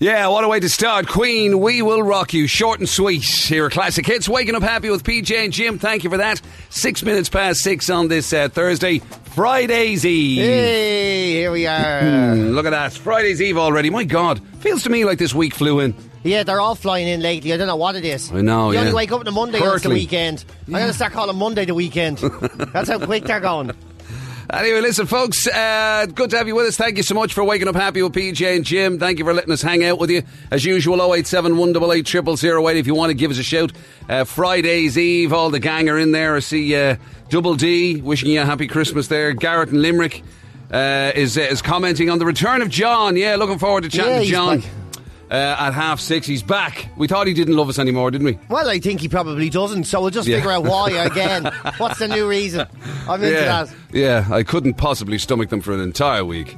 Yeah, what a way to start. Queen, we will rock you. Short and sweet. Here are classic hits. Waking up happy with PJ and Jim. Thank you for that. Six minutes past six on this uh, Thursday, Friday's Eve. Hey, here we are. Mm, Look at that. Friday's Eve already. My God. Feels to me like this week flew in. yeah, they're all flying in lately. I don't know what it is. I know, You yeah. only wake up on a Monday and it's the Hurtling. weekend. I'm going to start calling Monday the weekend. That's how quick they're going. Anyway, listen, folks, uh, good to have you with us. Thank you so much for waking up happy with PJ and Jim. Thank you for letting us hang out with you. As usual, 087 188 0008 if you want to give us a shout. Uh, Friday's Eve, all the gang are in there. I see uh, Double D wishing you a happy Christmas there. Garrett and Limerick uh, is, is commenting on the return of John. Yeah, looking forward to chatting Yeah, to he's John. back. Uh, at half six, he's back. We thought he didn't love us anymore, didn't we? Well, I think he probably doesn't, so we'll just Yeah. figure out why again. What's the new reason? I'm into yeah, that. yeah. I couldn't possibly stomach them for an entire week.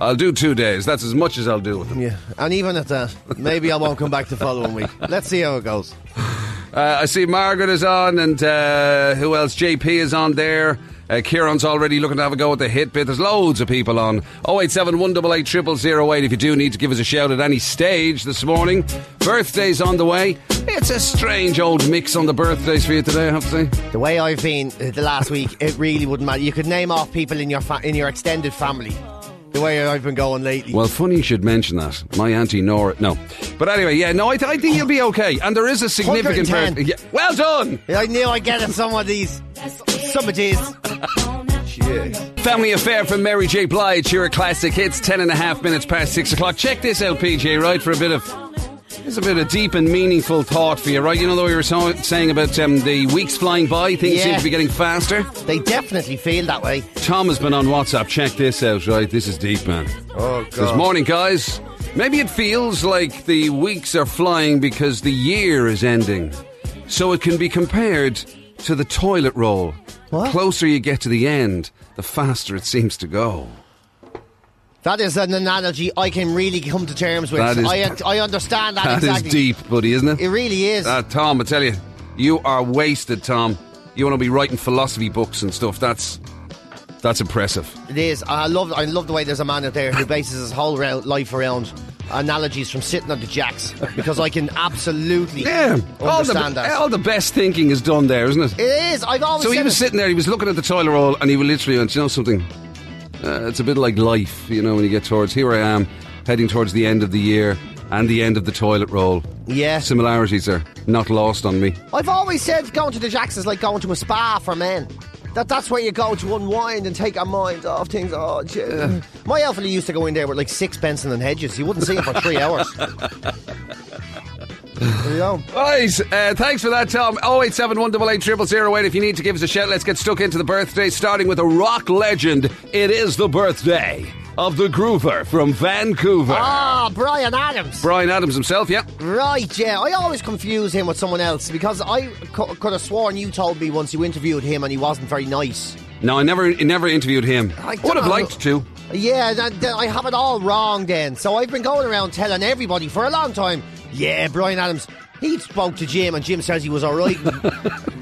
I'll do two days. That's as much as I'll do with them. Yeah, and even at that, maybe I won't come back the following week. Let's see how it goes. Uh, I see Margaret is on, and uh, who else? JP is on there. Uh, Kieran's already looking to have a go at the hit bit. There's loads of people on. 087 188 0008 if you do need to give us a shout at any stage this morning. Birthdays on the way. It's a strange old mix on the birthdays for you today, I have to say. The way I've been uh, the last week, it really wouldn't matter. You could name off people in your fa- in your extended family. The way I've been going lately. Well, funny you should mention that. My auntie Nora. No. But anyway, yeah, no, I, th- I think you'll be okay. And there is a significant 110. birthday. Yeah. Well done! I knew I'd get at some of these. Some of these. Family Affair from Mary J. Blige here at Classic Hits, 10 and a half minutes past 6 o'clock. Check this out, PJ, right, for a bit of... There's a bit of deep and meaningful thought for you, right? You know, though we were so, saying about um, the weeks flying by, things Yeah. seem to be getting faster. They definitely feel that way. Tom has been on WhatsApp. Check this out, right? This is deep, man. Oh, God. This morning, guys. Maybe it feels like the weeks are flying because the year is ending. So it can be compared to the toilet roll. The What? closer you get to the end, the faster it seems to go. That is an analogy I can really come to terms with. That is- I, I understand that, That is exactly. deep, buddy, isn't it? It really is. Ah, Tom, I tell you, you are wasted, Tom. You want to be writing philosophy books and stuff. That's that's impressive. it is. I love I love the way there's a man out there who bases his whole rou- life around analogies from sitting on the jacks because I can absolutely Yeah, all the, understand that. all the best thinking is done there, isn't it? it is. I've always So he said was it. sitting there, he was looking at the toilet roll, and he was literally, went, you know something? Uh, it's a bit like life, you know, when you get towards. Here I am, heading towards the end of the year and the end of the toilet roll. Yeah. Similarities are not lost on me. I've always said going to the jacks is like going to a spa for men. That that's where you go to unwind and take our minds off things. Oh, gee. my elderly used to go in there with like six Benson and Hedges. You wouldn't see him for three hours. There you go. Right, uh, thanks for that, Tom. 087 188 if you need to give us a shout. Let's get stuck into the birthday, starting with a rock legend. It is the birthday of the Groover from Vancouver. Ah, Brian Adams. Brian Adams himself, yeah. Right, yeah. I always confuse him with someone else because I cou- could have sworn you told me once you interviewed him and he wasn't very nice. No, I never I never interviewed him. I don't Would have know. liked to. Yeah, that, that- I have it all wrong then. So I've been going around telling everybody for a long time, yeah, Brian Adams, he spoke to Jim and Jim says he was alright.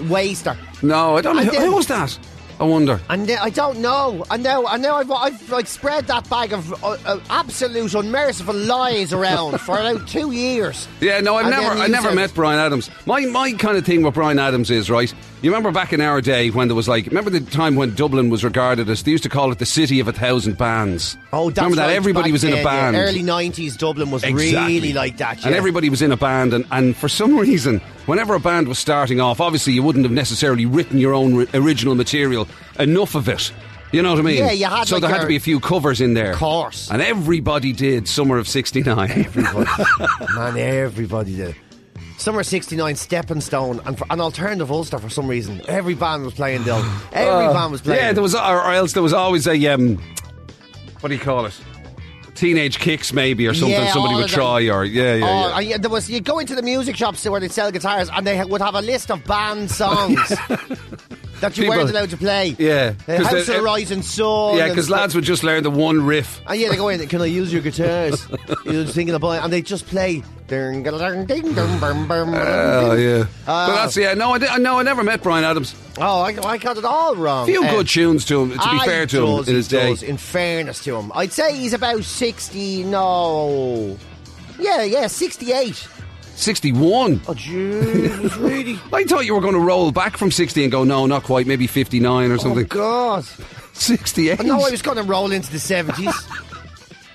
Waster. No, I don't know. I Who, didn't. who was that? I wonder. And then- I don't know. And now, and now I've, I've like spread that bag of uh, uh, absolute unmerciful lies around for about two years. Yeah, no, I've And never, then I you never said- met Brian Adams. My, my kind of thing with Brian Adams is right. You remember back in our day when there was like, remember the time when Dublin was regarded as they used to call it the city of a thousand bands. Oh, that's remember that right, everybody back was in a then, band. Yeah, early nineties Dublin was really like that. Yeah. And everybody was in a band, and, and for some reason, whenever a band was starting off, obviously you wouldn't have necessarily written your own ri- original material, enough of it. You know what I mean? Yeah, you had, So like, there had to your- be a few covers in there. Of course. And everybody did Summer of 69. Man, everybody did. Summer 69, Stepping Stone, and for, an alternative Ulster for some reason. Every band was playing Dylan. Every band was playing. Oh. Uh, yeah, there was, or, or else there was always a, um, what do you call it? Teenage Kicks, maybe, or something Yeah, somebody all would of them. try, or yeah, yeah, Oh, yeah. and yeah, there was. You go into the music shops where they sell guitars, and they ha- would have a list of band songs that you weren't People- allowed to play. Yeah, uh, 'cause House of they- the Rising Sun. yeah, and because stuff. lads would just learn the one riff. And yeah, they go in. Can I use your guitars? You're just thinking about it, and they just play. Oh Oh yeah, but that's Ah. yeah. No, I, di- no, I never met Brian Adams. Oh, I, I got it all wrong. few Uh, good tunes to him. To be I fair to him, Ah, does, in his he day, does, in fairness to him, I'd say he's about sixty. No, Yeah, yeah, 68. 61. Oh, Jesus, really? I thought you were going to roll back from 60 and go, no, not quite, maybe 59 or Oh, something. God. 68. No, I was going to roll into the 70s.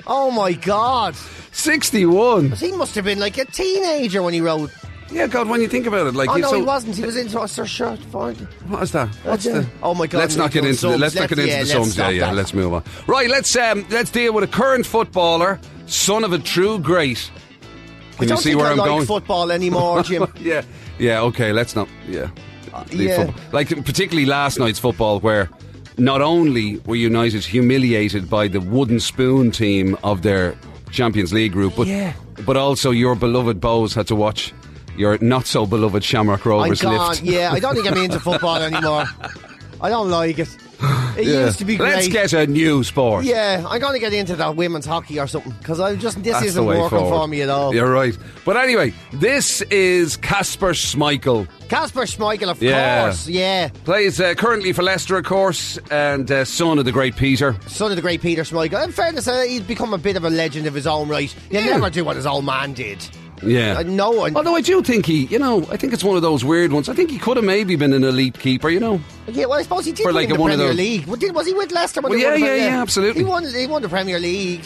oh, my God. 61. He must have been like a teenager when he wrote. Yeah, God, when you think about it, like, Oh, you, no, so, he wasn't. He was into a Sir Shirt. Fine. What is that? What's yeah. the? Oh my God, Let's we're not get doing into the, sums. let's not get Let's- into yeah, the let's sums. Yeah, stop yeah. that. Let's move on. Right, let's um, let's deal with a current footballer, son of a true great. Can I you don't see think where I am like going? football anymore, Jim. yeah, yeah. Okay, let's not. Yeah, Leave Uh, yeah. football. Like particularly last night's football, where not only were United humiliated by the wooden spoon team of their Champions League group, but Yeah. but also your beloved Bows had to watch your not so beloved Shamrock I'm Rovers gone. lift. Yeah, I don't think I'm into football anymore. I don't like it. It Yeah. used to be great. Let's get a new sport. yeah, I'm going to get into that women's hockey or something because I just this That's isn't the way working forward. for me at all. You're right. But anyway, this is Casper Schmeichel. Casper Schmeichel, of Yeah. course. Yeah, Plays uh, currently for Leicester, of course, and uh, son of the great Peter. son of the great Peter Schmeichel. In fairness, uh, he's become a bit of a legend of his own right. You Yeah. never do what his old man did. Yeah. Uh, no one. Although I do think he, you know, I think it's one of those weird ones. I think he could have maybe been an elite keeper, you know. Yeah, well, I suppose he did For win like the one of Premier those- League. Well, did, was he with Leicester? When Well, they won yeah, the- yeah, yeah, absolutely. He won. He won the Premier League.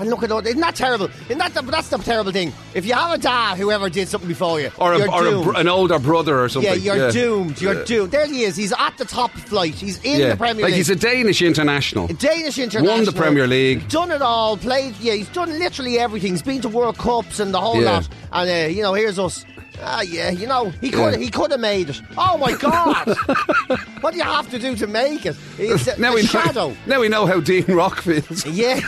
And look at all, isn't that terrible? Isn't that the, that's the terrible thing? If you have a dad whoever did something before you, Or, you're a, or a, doomed. br- an older brother or something. yeah, you're doomed. You're doomed. There he is. He's at the top flight. He's in Yeah. the Premier like League. he's a Danish international. Danish international. Won the Premier League. Done it all. Played. Yeah, he's done literally everything. He's been to World Cups and the whole Yeah. lot. And uh, you know, here's us. Ah, yeah. You know, he could. Yeah. He could have made it. Oh my God! what do you have to do to make it? It's a, Now a we shadow. know, now we know how Dean Rock feels. Yeah,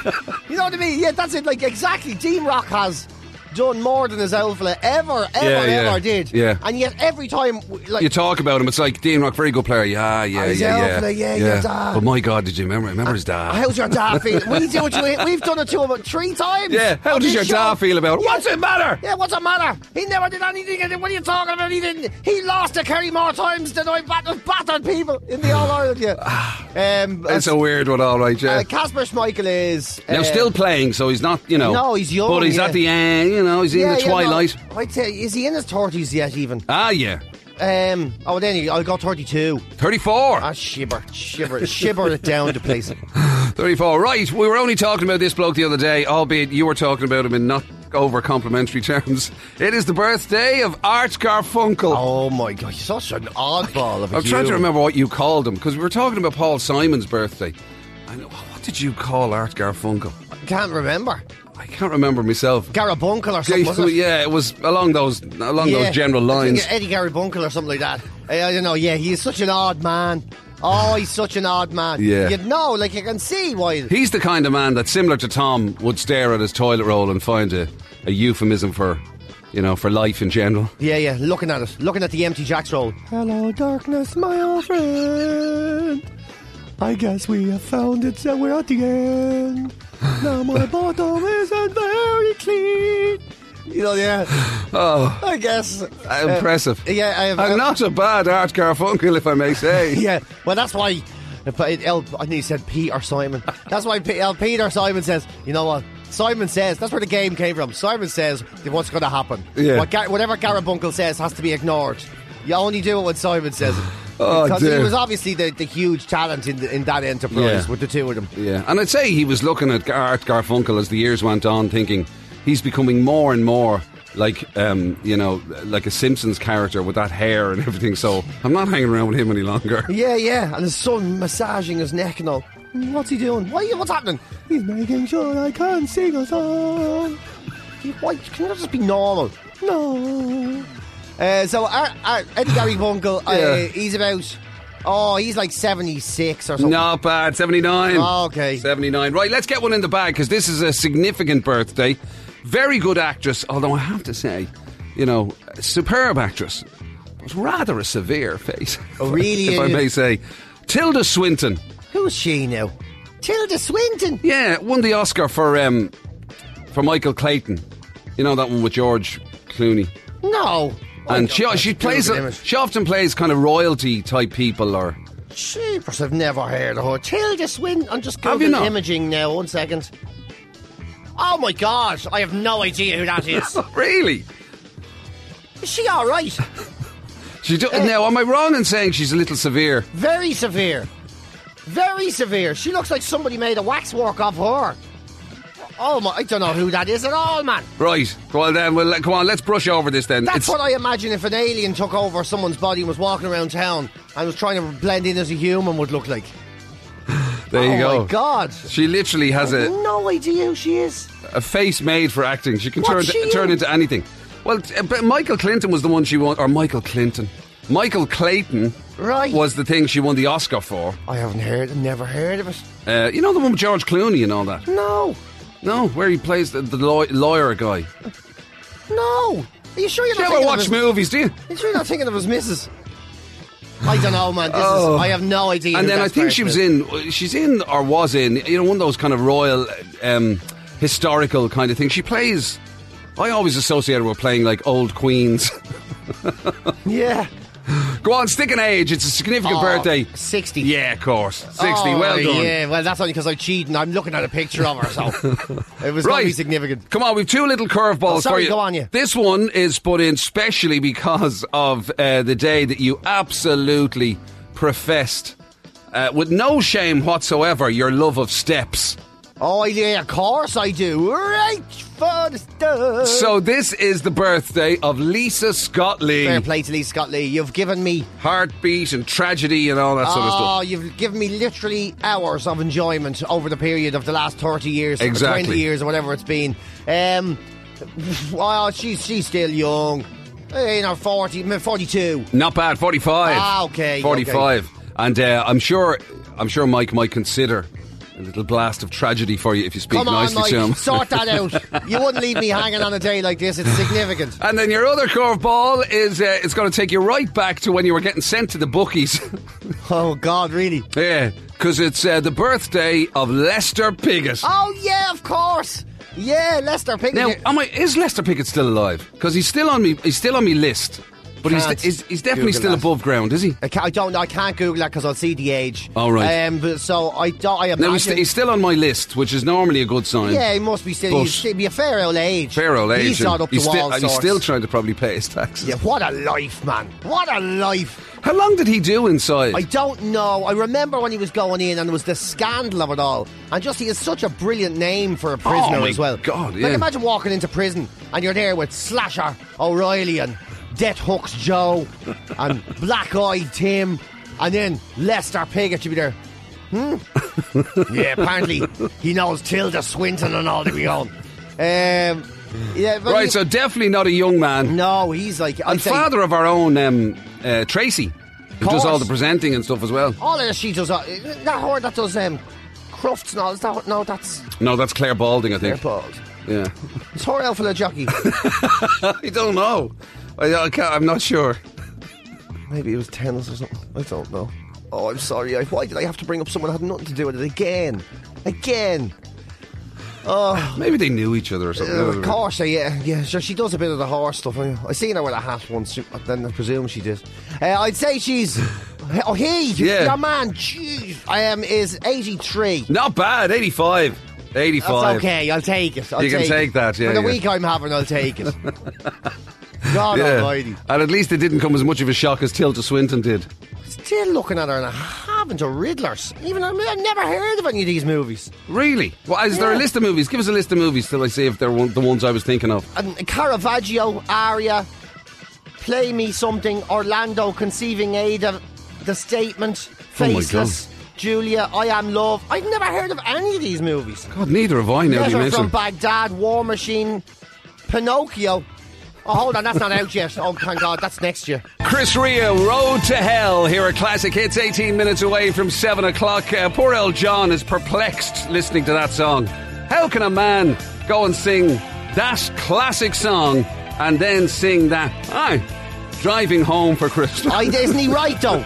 you know what I mean. Yeah, that's it. Like exactly. Dean Rock has done more than his old fella ever, ever, Yeah, yeah. ever did. Yeah. And yet every time, w- like. you talk about him, it's like Dean Rock, very good player. Yeah, yeah, He's yeah, out yeah, for the- yeah, your dad. But my God, did you remember? Remember his dad? How's your dad feel? We do it to him. We've done it to him three times. yeah. How on does this your show. dad feel about? it? Yeah. What's it matter? Yeah, what's the matter? He never did anything. What are you talking about? He didn't. He lost to Kerry more times than I battered, battered people in the All Ireland. Yeah. Um, It's a weird one, all right, yeah. uh, Casper Schmeichel is now uh, still playing, so he's not, you know. No, he's young, But he's yeah. at the end, you know. He's in yeah, the yeah, no, twilight. I'd say is he in his thirties yet? Even Ah, yeah, Um, oh, then he- I got 32. thirty-four. Ah, shiver, shiver, shiver it down the place. 34. Right, we were only talking about this bloke the other day, albeit you were talking about him in not over complimentary terms. It is the birthday of Art Garfunkel. Oh my god, you're such an oddball of a I'm trying to human. remember what you called him because we were talking about Paul Simon's birthday. I know, what did you call Art Garfunkel? Can't remember. I can't remember myself. Garabuncle or something. Yeah, was it? yeah, it was along those along Yeah. those general I think lines. Eddie Garabuncle or something like that. Eh, I, I don't know. Yeah, he's such an odd man. Oh, he's such an odd man. Yeah. you know, like you can see why. He's the kind of man that, similar to Tom, would stare at his toilet roll and find a, a euphemism for, you know, for life in general. Yeah, yeah. Looking at it, looking at the empty Jack's roll. Hello, darkness, my old friend. I guess we have found it, so we're at the end. Now my bottom isn't very clean. You know, yeah. Oh. I guess. Uh, Impressive. yeah, I have- I'm I- not a bad Art Garfunkel, if I may say. Yeah, well, that's why. If I, El, I think he said Peter Simon. That's why P, El, Peter Simon says, you know what? Simon says, that's where the game came from. Simon says what's going to happen. Yeah. What Gar- whatever Garabunkel says has to be ignored. You only do it when Simon says it. Oh, because dear. he was obviously the, the huge talent in, the, in that enterprise Yeah. with the two of them. Yeah, and I'd say he was looking at Art Garfunkel as the years went on, thinking he's becoming more and more like, um, you know, like a Simpsons character with that hair and everything. So I'm not hanging around with him any longer. Yeah, yeah, and his son massaging his neck and all. What's he doing? Why? What's happening? He's making sure I can't sing a song. Why? Can that just be normal? No. Uh, so our, our Eddie Gary Bunkle, uh, Yeah. he's about oh, he's like seventy six or something. Not bad, 79. Oh, okay. 79. Right, let's get one in the bag because this is a significant birthday. Very good actress, although I have to say, you know, superb actress. But rather a severe face. Oh, really? if I may say. Tilda Swinton. Who's she now? Tilda Swinton. Yeah, won the Oscar for um for Michael Clayton. You know that one with George Clooney. No. And Oh, she God, she that's plays Google a, image. she often plays kind of royalty type people or Jeepers, I've never heard of her. Tilda Swinton. I'm just Have you Google not? imaging now. One second. Oh my gosh, I have no idea who that is. Really? is she all right? She do- now, am I wrong in saying she's a little severe? Very severe. Very severe. She looks like somebody made a waxwork of her. Oh my, I don't know who that is at all, man. Right. Well, then, well, let- come on, let's brush over this then. It's- That's what I imagine if an alien took over someone's body and was walking around town and was trying to blend in as a human would look like. there you oh go. my god. She literally has a, No idea who she is. a face made for acting. She can turn What's she turn in? into anything. Well, t- but Michael Clinton was the one she won, or Michael Clinton, Michael Clayton, Right. was the thing she won the Oscar for. I haven't heard, never heard of it. Uh, you know the one with George Clooney and all that. No, No, where he plays the, the law- lawyer guy. no. Are you sure you're You not ever thinking watch of his, movies, do you? Are you sure you're not thinking of his missus? I don't know, man. This Oh. is, I have no idea. And who then I this think she person was is. in, she's in or was in, you know, one of those kind of royal, um, historical kind of things. She plays. I always associate her with playing like old queens. Yeah. Go on, stick an age. It's a significant Oh, birthday. 60. Yeah, of course. 60. Oh, well done. Yeah, well, that's only because I cheated and I'm looking at a picture of her, so it was going to Right. be significant. Come on, we've two little curveballs Oh, sorry, for you. go on, yeah. This one is put in specially because of uh, the day that you absolutely professed, uh, with no shame whatsoever, your love of steps. Oh, yeah, of course I do. Right for the stuff. So this is the birthday of Lisa Scott Lee. Fair play to Lee Scott Lee. You've given me. Heartbeat and tragedy and all that sort of stuff. Oh, you've given me literally hours of enjoyment over the period of the last 30 years, or Exactly. 20 years, or whatever it's been. Um, well, she's, she's still young. You know, 40, mm, 42. Not bad, forty-five. Ah, okay, forty-five. And uh, I'm sure, I'm sure Mike might consider a little blast of tragedy for you if you speak Come on, nicely Mike, to him. sort that out. You wouldn't leave me hanging on a day like this. It's significant. And then your other curveball is uh, it's going to take you right back to when you were getting sent to the bookies. Oh, God, really? yeah, because it's uh, the birthday of Lester Piggott. Oh, yeah, of course. Yeah, Lester Piggott. Now, am I, is Lester Piggott still alive? Because he's still on me. He's still on me list. But he's, Can't he's, he's definitely Google still that. above ground, is he? I, can't, I don't know. I can't Google that because I'll see the age. All right. Um, but, so I don't. I imagine. No, he's, st- he's still on my list, which is normally a good sign. yeah, he must be still. But- He'd still be a fair old age. Fair old age. He's and not up to he's still, all and he's sorts. still trying to probably pay his taxes. yeah, what a life, man! What a life! How long did he do inside? I don't know. I remember when he was going in, and it was the scandal of it all. And just he is such a brilliant name for a prisoner Oh my as well. God, like yeah. imagine walking into prison and you're there with Slasher O'Reilly and Death Hooks Joe and Black Eyed Tim, and then Lester Piggott should be there. Hmm. yeah, apparently he knows Tilda Swinton and all the be on. Um, yeah, but right, he- so definitely not a young man. no, he's like I'd and say- father of our own um, uh, Tracy, who does Course. all the presenting and stuff as well. All of this she does. Uh, that whore that does um, crofts and all. Is that, her- no, that's No, that's Claire Balding, I think. Airpod. Yeah, It's her elf the jockey. I don't know. I, I can't, I'm not sure. Maybe it was tennis or something. I don't know. Oh, I'm sorry. I, why did I have to bring up someone that had nothing to do with it again? Again. Maybe they knew each other or something. Uh, of course, uh, yeah, yeah. Sure, she does a bit of the horse stuff. I, I seen her with a hat once. uh, Then I presume she did. Uh, I'd say she's. Oh, he, Yeah. your man, jeez, I am is 83. Not bad. 85. 85. That's okay. I'll take it. I'll You can take, take it. that, yeah, For the yeah. week I'm having, I'll take it. God Almighty. Yeah. And at least it didn't come as much of a shock as Tilda Swinton did. Still looking at her and I haven't a Riddlers. Even I mean, I've never heard of any of these movies. Really? Well, is there a Yeah. list of movies? Give us a list of movies till I see if they're one, the ones I was thinking of. Um, Caravaggio, Aria, Play Me Something, Orlando, Conceiving Ada, The Statement, Oh my God. Faceless, Julia, I Am Love. I've never heard of any of these movies. God, neither have I now that you Letter mention from it. Baghdad, War Machine, Pinocchio. Oh, hold on, that's not out yet. Oh, thank God, that's next year. Chris Ria, Road to Hell. Here are classic hits, 18 minutes away from 7 o'clock. Uh, poor El John is perplexed listening to that song. How can a man go and sing that classic song and then sing that? I'm driving home for Christmas. I, isn't Oh, he right though?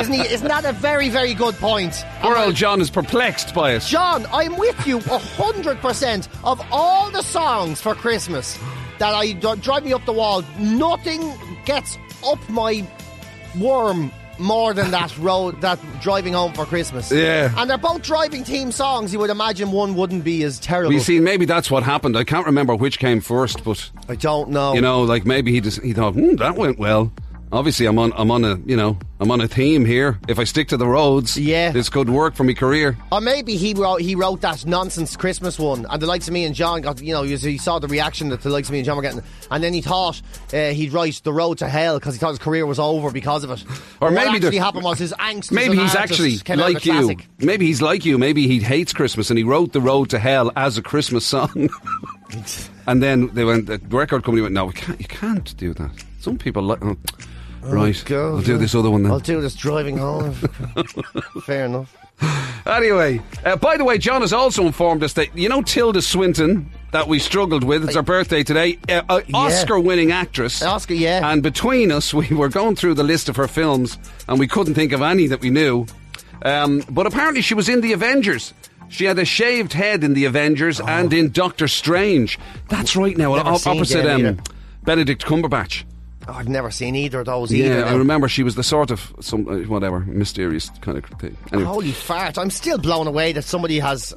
Isn't he? Isn't that a very, very good point? Poor And I- El John is perplexed by it. John, I'm with you 100% of all the songs for Christmas that I d- drive me up the wall. Nothing gets up my worm more than that road that driving home for Christmas. Yeah. And they're both driving team songs. You would imagine one wouldn't be as terrible. You see, maybe that's what happened. I can't remember which came first, but I don't know. you know, like maybe he just he thought hmm, that went well. Obviously, I'm on I'm on a you know I'm on a theme here. If I stick to the roads, Yeah. this could work for me career. Or maybe he wrote he wrote that nonsense Christmas one, and the likes of me and John got you know he he saw the reaction that the likes of me and John were getting, and then he thought uh, he'd write the road to hell because he thought his career was over because of it. Or what maybe the- actually happened was his angst. as Maybe an he's artist actually came out like with a you. classic. Maybe he's like you. Maybe he hates Christmas and he wrote "The Road to Hell" as a Christmas song. and then they went. The record company went, "No, we can't. You can't do that." Some people like. Oh, right, God. I'll do this other one then. I'll do this driving home. Fair enough. Anyway, uh, by the way, John has also informed us that you know Tilda Swinton that we struggled with. It's her birthday today. Uh, uh, Oscar-winning actress. Oscar, yeah. And between us, we were going through the list of her films, and we couldn't think of any that we knew. Um, but apparently, she was in the Avengers. She had a shaved head in the Avengers and in Doctor Strange. That's right now, Oh. Never op- seen opposite them um, either. Benedict Cumberbatch. Oh, I've never seen either of those either. Yeah, I now. remember she was the sort of some uh, whatever mysterious kind of thing. Anyway. Holy fart! I'm still blown away that somebody has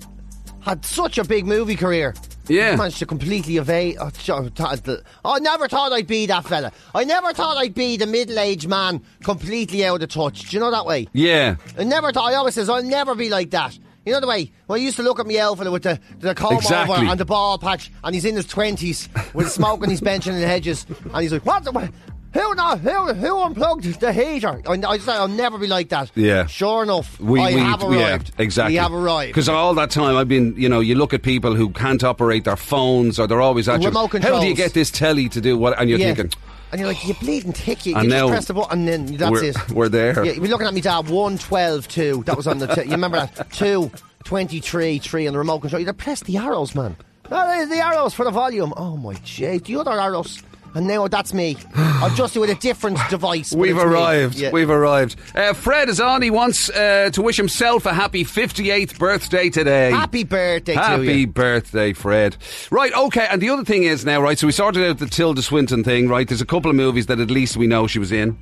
had such a big movie career. Yeah. managed to completely evade. Oh, jo- th- th- I never thought I'd be that fella. I never thought I'd be the middle-aged man completely out of touch. Do you know that way? yeah, I never thought. I always says I'll never be like that. You know the way when I used to look at me old fella with the the comb Exactly. over and the ball patch, and he's in his twenties with smoke and he's benching in the hedges, and he's like, "What? The, wha- who not? Who who unplugged the heater?" I, I just I'll never be like that. Yeah. Sure enough, we, I we have arrived. Yeah, exactly. We have arrived. Because all that time I've been, you know, you look at people who can't operate their phones or they're always at you. Remote How do you controls. get this telly to do what? And you're Yeah. thinking, And you're like, you bleeding tick, you, And you now just press the button and then that's we're- it. we're there. Yeah, you were looking at me dad, 1, 12, 2. That was on the, t- you remember that? 2, 23, 3 on the remote control. You'd press the arrows, man. Oh, the arrows for the volume. Oh my J, the other arrows. And now that's me. I'm just with a different device. but We've it's me. arrived. Yeah. We've arrived. Uh, Fred is on. He wants uh, to wish himself a happy 58th birthday today. Happy birthday to Happy you. birthday, Fred. Right, okay, and the other thing is now, right, so we sorted out the Tilda Swinton thing, right? There's a couple of movies that at least we know she was in.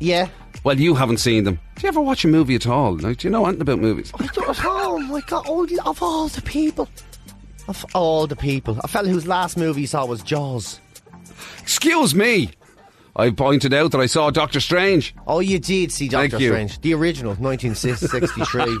Yeah. Well, you haven't seen them. Do you ever watch a movie at all? Like, do you know anything about movies? I thought, oh my god, all, of all the people. Of all the people. A fella whose last movie he saw was Jaws. Excuse me. I pointed out that I saw Doctor Strange. Oh, you did see Doctor Thank you. Strange, the original, 1963.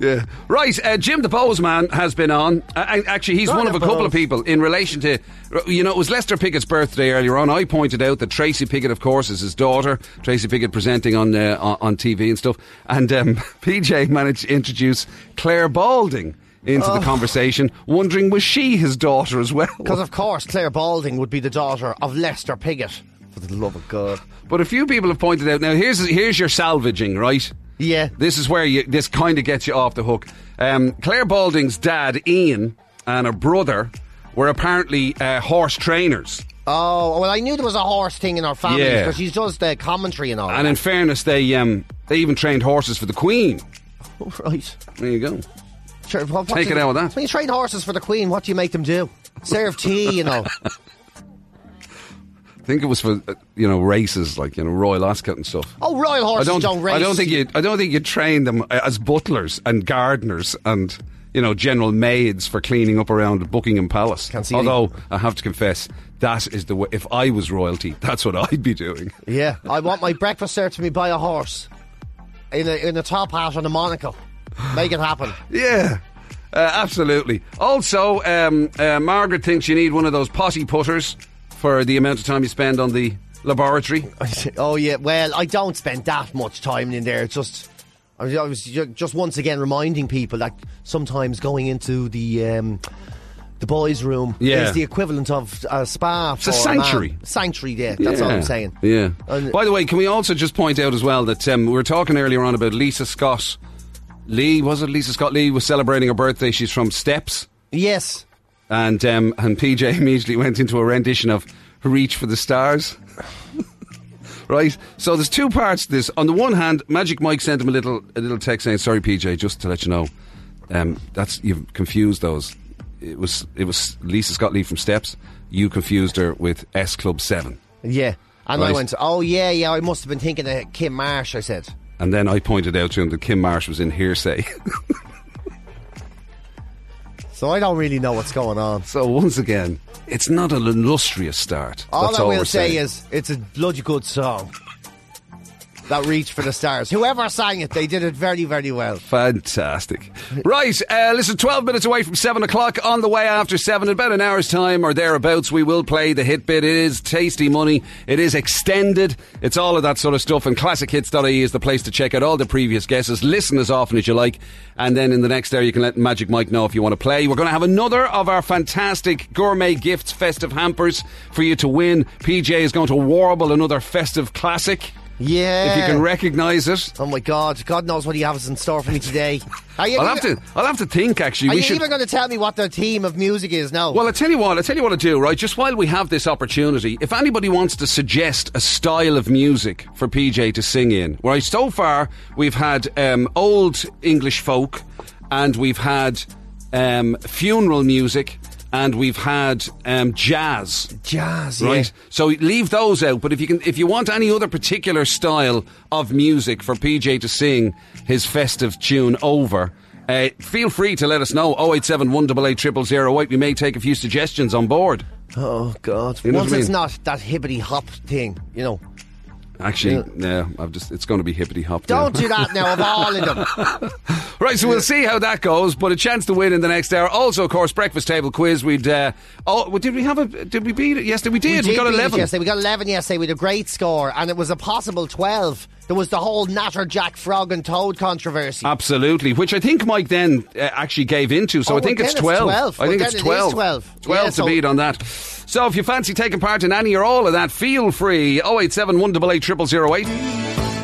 Yeah. Right, uh, Jim the Bozeman has been on. Uh, and actually, he's Right one of a couple above. of people in relation to, you know, it was Lester Pickett's birthday earlier on. I pointed out that Tracy Pickett, of course, is his daughter. Tracy Pickett presenting on uh, on on TV and stuff. And um, PJ managed to introduce Claire Balding into the conversation, wondering was she his daughter as well. Because, of course, Claire Balding would be the daughter of Lester Piggott. For the love of God. But a few people have pointed out now. Here's here's your salvaging, right? Yeah. This is where you this kind of gets you off the hook. Um, Claire Balding's dad, Ian, and her brother were apparently uh, horse trainers. Oh, well, I knew there was a horse thing in our family Yeah. because she's does the commentary and all. And in fairness, they um, they even trained horses for the Queen. Oh, right. There you go. Sure, what- what's Take it out with that. When you train horses for the Queen, what do you make them do? Serve tea, you know. I think it was for uh, you know races like you know Royal Ascot and stuff. Oh, royal I horses don't. don't, race. I don't think you. I don't think you train them uh, as butlers and gardeners and you know general maids for cleaning up around Buckingham Palace. Can't see Although I have to confess, that is the way. If I was royalty, that's what I'd be doing. Yeah, I want my breakfast served to me by a horse. In a, in a top hat and a monocle. Make it happen. Yeah. Uh, absolutely. Also, um, uh, Margaret thinks you need one of those potty putters for the amount of time you spend on the laboratory. I said, oh yeah, well, I don't spend that much time in there. It's just, I was, I was ju- just once again reminding people that sometimes going into the um, the boys' room Yeah. is the equivalent of a spa. It's a sanctuary. sanctuary, yeah. That's all Yeah. I'm saying. Yeah. And- By the way, can we also just point out as well that um, we were talking earlier on about Lisa Scott Lee? Was it Lisa Scott Lee was celebrating her birthday? She's from Steps, Yes. and um, and PJ immediately went into a rendition of "Reach for the Stars." right. So there's two parts to this. On the one hand, Magic Mike sent him a little a little text saying, "Sorry, PJ, just to let you know, um, that's you've confused those. It was it was Lisa Scott Lee from Steps. You confused her with S Club Seven. Yeah. And I Right. went, oh, yeah, yeah, I must have been thinking of Kim Marsh, I said. And then I pointed out to him that Kim Marsh was in hearsay. So I don't really know what's going on. so once again, it's not an illustrious start. All That's I all will we're say saying. is it's a bloody good song that reached for the stars. Whoever sang it, they did it very, very well. Fantastic. Right, uh, listen, 12 minutes away from 7 o'clock. On the way after 7, in about an hour's time or thereabouts, we will play the hit bit. It is tasty money. It is extended. It's all of that sort of stuff. And classichits.ie is the place to check out all the previous guesses. Listen as often as you like. And then in the next hour, you can let Magic Mike know if you want to play. We're going to have another of our fantastic gourmet gifts, festive hampers for you to win. PJ is going to warble another festive classic. Yeah. If you can recognise it. Oh my God! God knows what he has in store for me today. Are you, I'll even, have to. I'll have to think. Actually, Are we you should. even going to tell me what the theme of music is now? Well, I tell you what, I tell you what I do, right? Just while we have this opportunity, if anybody wants to suggest a style of music for PJ to sing in, right? So far, we've had um, old English folk, and we've had um, funeral music, and we've had um, jazz, jazz, yeah. right? So leave those out. But if you can, if you want any other particular style of music for PJ to sing his festive tune over. Uh, feel free to let us know 087 188 0008. We may take a few suggestions on board. Oh God! know Once what I it's mean? not that hibbity hop thing, you know. Actually, no, I've just it's going to be hippity hop. now. Don't do that now. Of all of them, Right, so we'll see how that goes. But a chance to win in the next hour. Also, of course, breakfast table quiz. We'd uh, oh, well, did we have a? Did we beat it? Yes, did we did. We, did got beat it eleven. Yesterday. We got eleven yesterday with a great score, and it was a possible twelve. There was the whole Natter Jack Frog and Toad controversy. Uh, Absolutely, which I think Mike then uh, actually gave into. So Oh, I think well, it's then it's 12. I 12. think Well, it's then it is oh. 12. 12. 12 Yeah, to so- beat on that. So if you fancy taking part in any or all of that, feel free. Oh, 087 188 0008.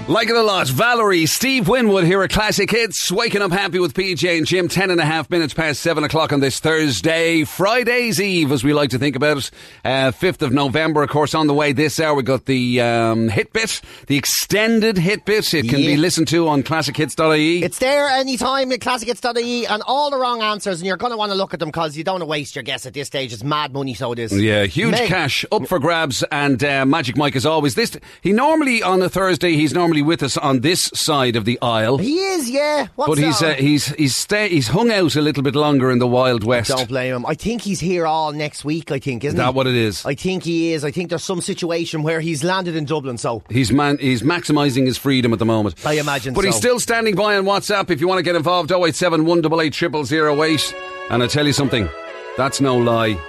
Like it a lot, Valerie, Steve Winwood here at Classic Hits, waking up happy with PJ and Jim, 10 and a half minutes past 7 o'clock on this Thursday, Friday's Eve, as we like to think about it, uh, 5th of November, of course, on the way this hour, we got the um, hit bit, the extended hit bit, it can be Yeah. listened to on classichits.ie. It's there anytime at classichits.ie E, and all the wrong answers, and you're going to want to look at them because you don't want to waste your guess at this stage. It's mad money, so it is. Yeah, huge Meg, cash up for grabs, and uh, Magic Mike is always this. He normally on a Thursday, he's normally with us on this side of the aisle, He is, yeah. What's but he's uh, that? he's he's stay, he's hung out a little bit longer in the Wild West. Don't blame him. I think he's here all next week, I think, isn't Is that he? what it is? I think he is. I think there's some situation where he's landed in Dublin, so. He's man, he's maximising his freedom at the moment. I imagine But he's so. still standing by on WhatsApp if you want to get involved. 087 188 0008. And I tell you something, that's no lie.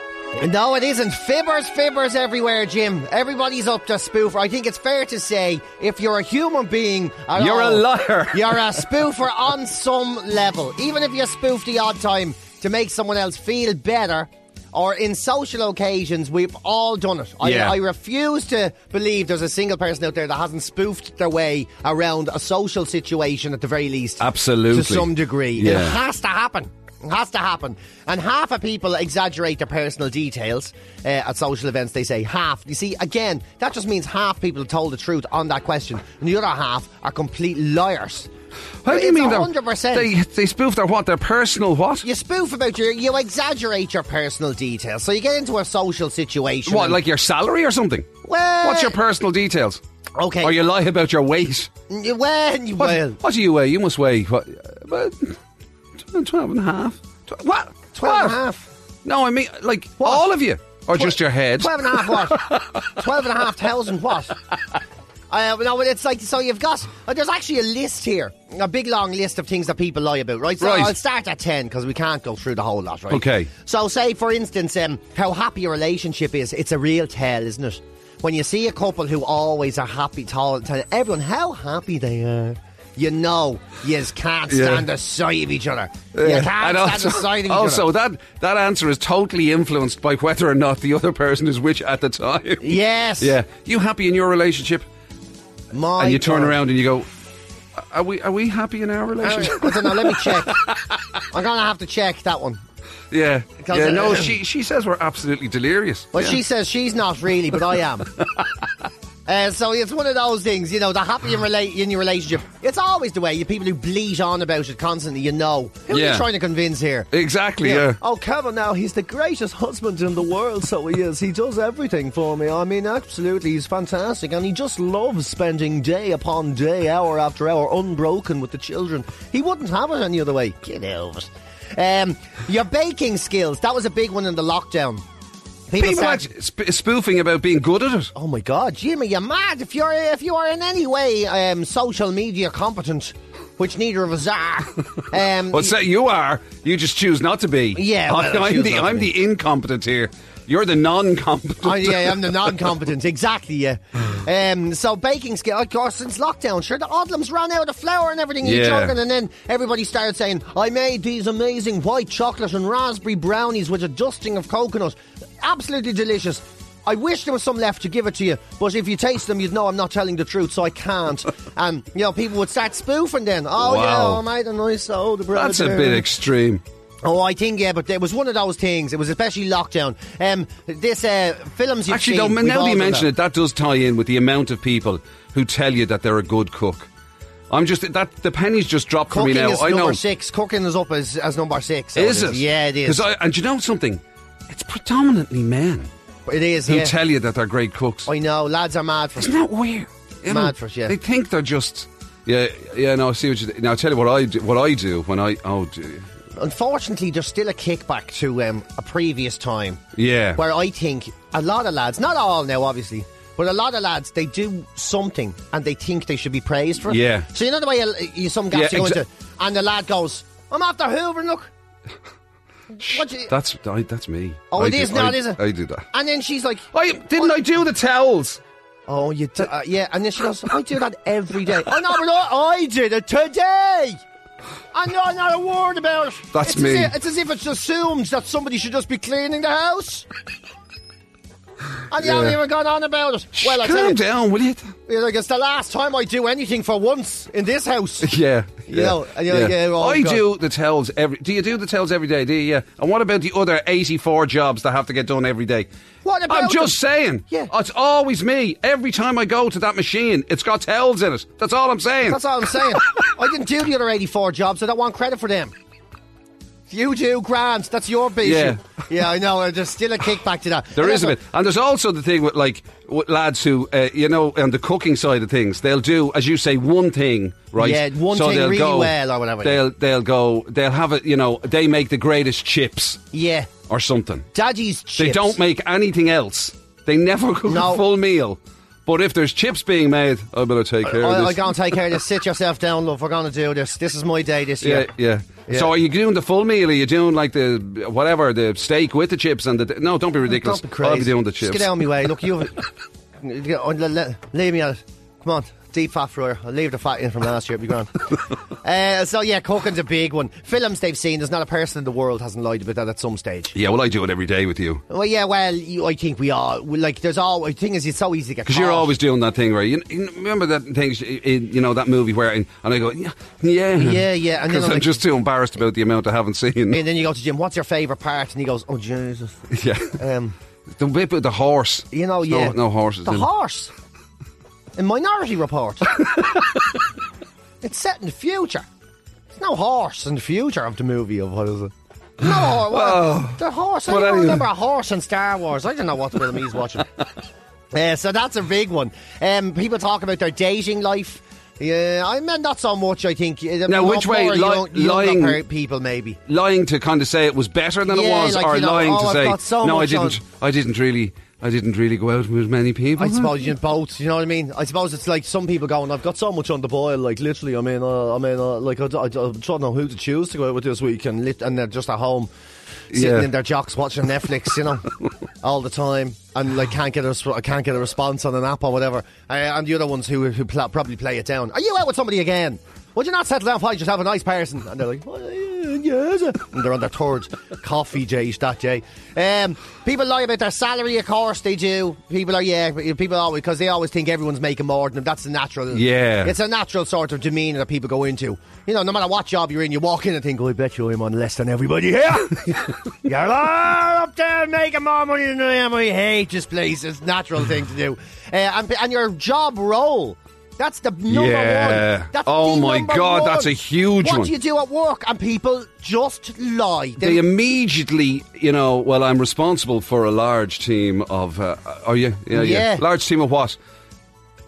No, it isn't. Fibbers, fibbers everywhere, Jim. Everybody's up to spoof. I think it's fair to say if you're a human being, at You're a all, liar. You're a spoofer on some level. Even if you spoof the odd time to make someone else feel better, or in social occasions, we've all done it. I, Yeah. I refuse to believe there's a single person out there that hasn't spoofed their way around a social situation at the very least. Absolutely. To some degree. It Yeah. has to happen. It has to happen. And half of people exaggerate their personal details uh, at social events. They say half. You see, again, that just means half people told the truth on that question, and the other half are complete liars. How do you It's mean 100%. They, they spoof their what? Their personal what? You spoof about your, you exaggerate your personal details. So you get into a social situation. What, and- like your salary or something? Well- What's your personal details? Okay. Or Oh, you lie about your weight? N- Well, you What, well. what do you weigh? You must weigh, what, about 12 and a half. Tw- what? 12 and a half. No, I mean, like, all of you. Or just your head. 12 and a half what? 12 and a half thousand what? Uh, no, but it's like, so you've got, uh, there's actually a list here, a big long list of things that people lie about, right? So Right. I'll start at 10 because we can't go through the whole lot, right? Okay. So say, for instance, um, how happy your relationship is, it's a real tell, isn't it? When you see a couple who always are happy, tell, tell everyone how happy they are. You know, you can't Yeah. stand the sight of each other. You can't And stand the sight of each other. also oh, that, that answer is totally influenced by whether or not the other person is which at the time. Yes. Yeah. You happy in your relationship? My and you turn God. around and you go, are we, are we happy in Oh, our relationship? I don't know. Let me check. I'm gonna have to check that one. Yeah. Because, yeah no, uh, she, she says we're absolutely delirious. Well, Yeah. she says she's not really, but I am. Uh, so it's one of those things, you know, the happy in, rela- in your relationship. It's always the way. You people who bleat on about it constantly, you know. Who are Yeah. you trying to convince here? Exactly, yeah. Oh, Kevin, now he's the greatest husband in the world, so he is. He does everything for me. I mean, absolutely, he's fantastic. And he just loves spending day upon day, hour after hour, unbroken with the children. He wouldn't have it any other way. Get over it. Um, your baking skills, that was a big one in the lockdown. People said- are sp- spoofing about being good at it. Oh my God, Jimmy, you're mad! If you're if you are in any way um, social media competent, which neither of us are, um, Well, say you are. You just choose not to be. Yeah, well, I, am choose the not to I'm be. the incompetent here. You're the non-competent. Oh, yeah, I'm the non-competent. exactly, yeah. Um, so baking skill, of course, since lockdown, sure, the Odlums ran out of flour and everything in the Yeah. jargon, and then everybody started saying, I made these amazing white chocolate and raspberry brownies with a dusting of coconut. Absolutely delicious. I wish there was some left to give it to you, but if you taste them, you'd know I'm not telling the truth, so I can't. and, you know, people would start spoofing then. Oh, yeah, Wow. oh, mate, and I sold the bread. That's a bit extreme. Oh, I think yeah, but it was one of those things. It was especially lockdown. Um, this uh, films you've Actually, seen, though, we've now all that you done mention that. it, that does tie in with the amount of people who tell you that they're a good cook. I'm just that the pennies just dropped for Cooking me now. is I number know. six. Cooking is up as, as number six. so Is it? Yeah, it is. 'Cause I, and you know something? It's predominantly men it is. who Yeah. tell you that they're great cooks. I know. Lads are mad for. Isn't that weird? You Mad for it, yeah. They think they're just. Yeah, yeah. No, I see what you. Now, I tell you what I do. What I do when I oh, do, Unfortunately, there's still a kickback to um, a previous time. yeah. Where I think a lot of lads, not all now, obviously, but a lot of lads, they do something and they think they should be praised for it. Yeah. So you know the way you, you some gaps Yeah, you go exa- into, and the lad goes, "I'm after hoovering, look." What you, That's I, that's me. Oh, I it do- is now, I- is it? I do that. and then she's like, I didn't. I do the towels. "Oh, you, do, uh, yeah." And then she goes, "I do that every day." oh no, but I, I did it today. And not, not a word about it. That's it's me. As if, it's as if it's assumed that somebody should just be cleaning the house. And you haven't Yeah. even gone on about it. Well, I tell calm you, down, will you? You're like, it's the last time I do anything for once in this house. Yeah, You yeah, know, and you're like, yeah, well, I God. do the towels every. Do you do the towels every day? Do you? Yeah. And what about the other eighty-four jobs that have to get done every day? What about I'm just saying. Yeah. It's always me. Every time I go to that machine, it's got towels in it. That's all I'm saying. That's all I'm saying. I didn't do the other 84 jobs. I don't want credit for them. You do, Grant. That's your beat. Yeah. yeah, I know. There's still a kickback to that. There And is a that's bit, and there's also the thing with like with lads who, uh, you know, on the cooking side of things, they'll do, as you say, one thing, right? Yeah, one thing they'll really well or whatever, yeah. They'll they'll go, they'll have it, you know, they make the greatest chips what- Yeah. or something. Daddy's chips. They don't make anything else. They never cook No. a full meal. But if there's chips being made, I better take care I, of I this. can't take care of this. Sit yourself down, love. We're going to do this. This is my day this yeah, year. yeah, Yeah. So are you doing the full meal? Are you doing like the whatever the steak with the chips and the no? Don't be ridiculous. Don't be crazy. I'll be doing the chips. Just get out of my way. Look, you leave me at it. Come on, deep fat fryer. I'll leave the fat in from last year. It'll be grand. uh, so yeah, cooking's a big one. Films they've seen. There's not a person in the world hasn't lied about that at some stage. Yeah, well, I do it every day with you. Well, yeah, well, you, I think we are. we- Like, there's all. The thing is, it's so easy to get. Because you're caught. always doing that thing, right? You, you remember that thing, in, you know, that movie where, and, and I go, yeah, yeah, Yeah, yeah, and then Because I'm I'm like- just too embarrassed about the amount I haven't seen. And then you go to Jim. What's your favourite part? And he goes, Oh Jesus. yeah, Um, the whip with the horse. you know, There's yeah. no, no horses. The in it. horse. In Minority Report. it's set in the future. There's no horse in the future of the movie of what is it? No horse. Oh. the horse. I But don't anyway. remember a horse in Star Wars. I don't know what the film he's watching. Yeah, so that's a big one. Um, people talk about their dating life. Yeah, I mean not so much. I think Uh, Now, which more way, young- li- younger lying- per- people maybe. Lying to kind of say it was better than it Yeah, was, like, or you know, lying oh, to I've say, got so no, I much didn't. on." I didn't really. I didn't really go out with many people. I suppose you both, you know what I mean? I suppose it's like some people going, I've got so much on the boil, like literally, I mean, uh, I mean, uh, like, I, I, I don't know who to choose to go out with this week, and, lit, and they're just at home, sitting Yeah. in their jocks watching Netflix, you know, all the time, and like can't get a resp- can't get a response on an app or whatever. Uh, and the other ones who who pl- probably play it down. Are you out with somebody again? Would you not settle down? Why just have a nice person? And they're like, "Well, yeah, yes. And they're on their third coffee, J, stat J. Um, people lie about their salary, of course they do. People are, yeah, but, you know, people always, because they always think everyone's making more than them. That's the natural. Yeah. It's a natural sort of demeanour that people go into. You know, no matter what job you're in, you walk in and think, oh, I bet you I'm on less than everybody here. you're all up there making more money than I am. I hate this place. It's a natural thing to do. Uh, and, and your job role. That's the number Yeah. one. That's Oh the my number God, one. that's a huge what one. do you do at work? And people just lie. They They, immediately, you know, well, I'm responsible for a large team of. Uh, are you? Yeah, Yeah. Large team of what?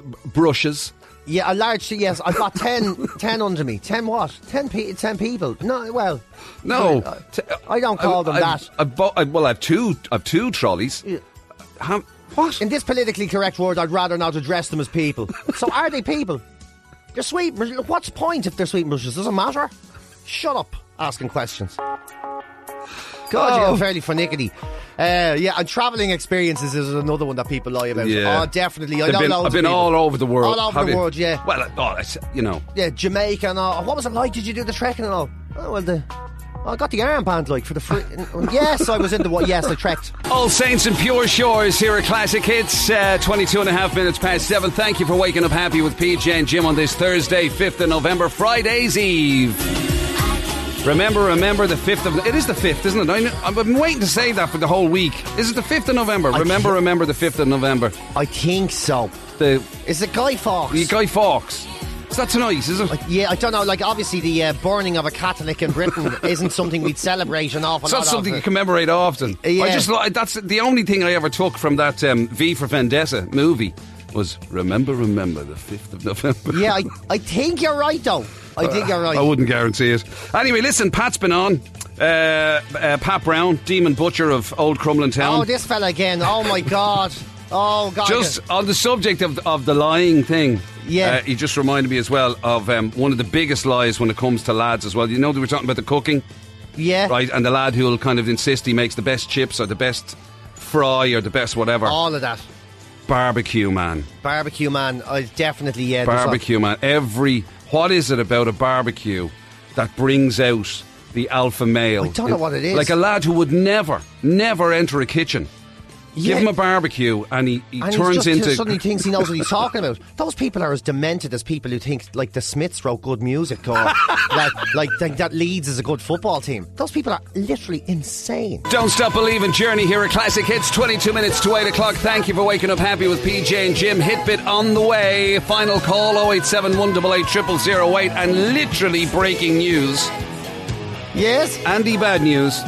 B- brushes. yeah, a large. E Yes, I've got 10, 10 under me. Ten what? Ten, pe- ten people. No, well, No, I- T- I don't call them I've- that. I've bo- I- well, I've two. I've two trolleys. How- what? In this politically correct word, I'd rather not address them as people. so are they people? They're sweet. br- What's the point if they're sweet bushes? Doesn't matter. Shut up asking questions. God, Oh. you're fairly finickety. Uh, yeah, and travelling experiences is another one that people lie about. Yeah. Oh, definitely. I They've know been, loads I've been of people. all over the world. All over have the you? world, yeah. Well, oh, it's, you know, Yeah, Jamaica and all. What was it like? Did you do the trekking and all? Oh, well, the, I got the armband, like, for the free. yes, I was in the what? Yes, I trekked. All Saints and Pure Shores here at Classic Hits, uh, 22 and a half minutes past 7. Thank you for waking up happy with PJ and Jim on this Thursday, 5th of November, Friday's Eve. Remember, remember the 5th of... It is the 5th, isn't it? I kn- I've been waiting to say that for the whole week. Is it the 5th of November? remember, can't- remember the 5th of November. I think so. The, Is it Guy Fawkes? the Guy Fawkes. Is that tonight, is it? Yeah, I don't know. Like, obviously, the uh, burning of a Catholic in Britain isn't something we'd celebrate an awful It's lot. not something of. uh, you commemorate often. Yeah. I just li- that's the only thing I ever took from that um, V for Vendetta movie was remember, remember the fifth of November. Yeah, I, I think you're right, though. I think you're right. Uh, I wouldn't guarantee it. Anyway, listen, Pat's been on. Uh, uh, Pat Brown, Demon Butcher of Old Crumlin Town. oh, this fella again. Oh my God. Oh God. just on the subject of of the lying thing. Yeah. uh, he just reminded me as well of um, one of the biggest lies when it comes to lads as well. You know, we were talking about the cooking. yeah. right? And the lad who'll kind of insist he makes the best chips or the best fry or the best whatever. All of that. Barbecue man, Barbecue man. I definitely yeah. there's barbecue man. Every what is it about a barbecue that brings out the alpha male? I don't know what it is. Like a lad who would never, never enter a kitchen. a- yeah. Give him a barbecue, and he, he And turns he's just, into suddenly thinks he knows what he's talking about. Those people are as demented as people who think like the Smiths wrote good music or like like think that Leeds is a good football team. Those people are literally insane. Don't Stop Believing Journey here at Classic Hits, 22 minutes to 8 o'clock. Thank you for waking up happy with PJ and Jim. Hitbit on the way. Final call 087 188 And literally breaking news. Yes. Andy Bad News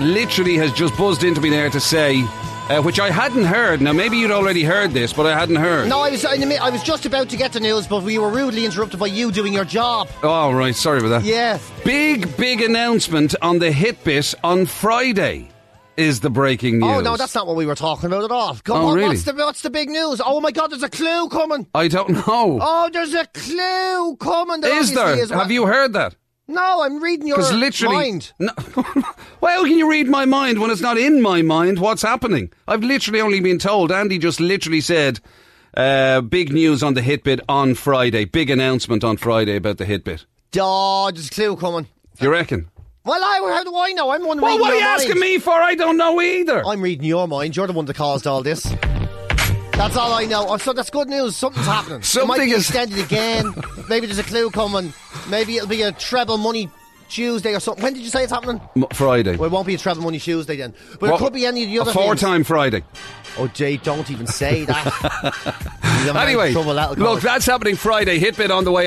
literally has just buzzed into me there to say, uh, which I hadn't heard. Now, maybe you'd already heard this, but I hadn't heard. No, I was in the mi- I was just about to get the news, but we were rudely interrupted by you doing your job. Oh, right. Sorry about that. Yeah. Big, big announcement on the Hitbit on Friday is the breaking news. Oh no, that's not what we were talking about at all. Come Oh, on, really? what's the what's the big news? Oh my God, there's a clue coming. I don't know. Oh, there's a clue coming. There is there? obviously is. Have you heard that? No, I'm reading your Because literally, mind. No, well, can you read my mind when it's not in my mind? What's happening? I've literally only been told. Andy just literally said, uh, "Big news on the Hitbit on Friday. Big announcement on Friday about the Hitbit." Oh, there's a clue coming. Do you reckon? Well, I, how do I know? I'm one. Well, reading what are your you asking mind. me for? I don't know either. I'm reading your mind. You're the one that caused all this. That's all I know. Oh, so that's good news. Something's happening. it might Something be is- extended again. Maybe there's a clue coming. Maybe it'll be a treble money Tuesday or something. When did you say it's happening? M- Friday. Well, it won't be a treble money Tuesday then. But What- it could be any of the a other things. four-time Friday. Oh, Jay, don't even say that. You'll have Anyway, trouble that'll look, cause. that's happening Friday. Hitbit on the way,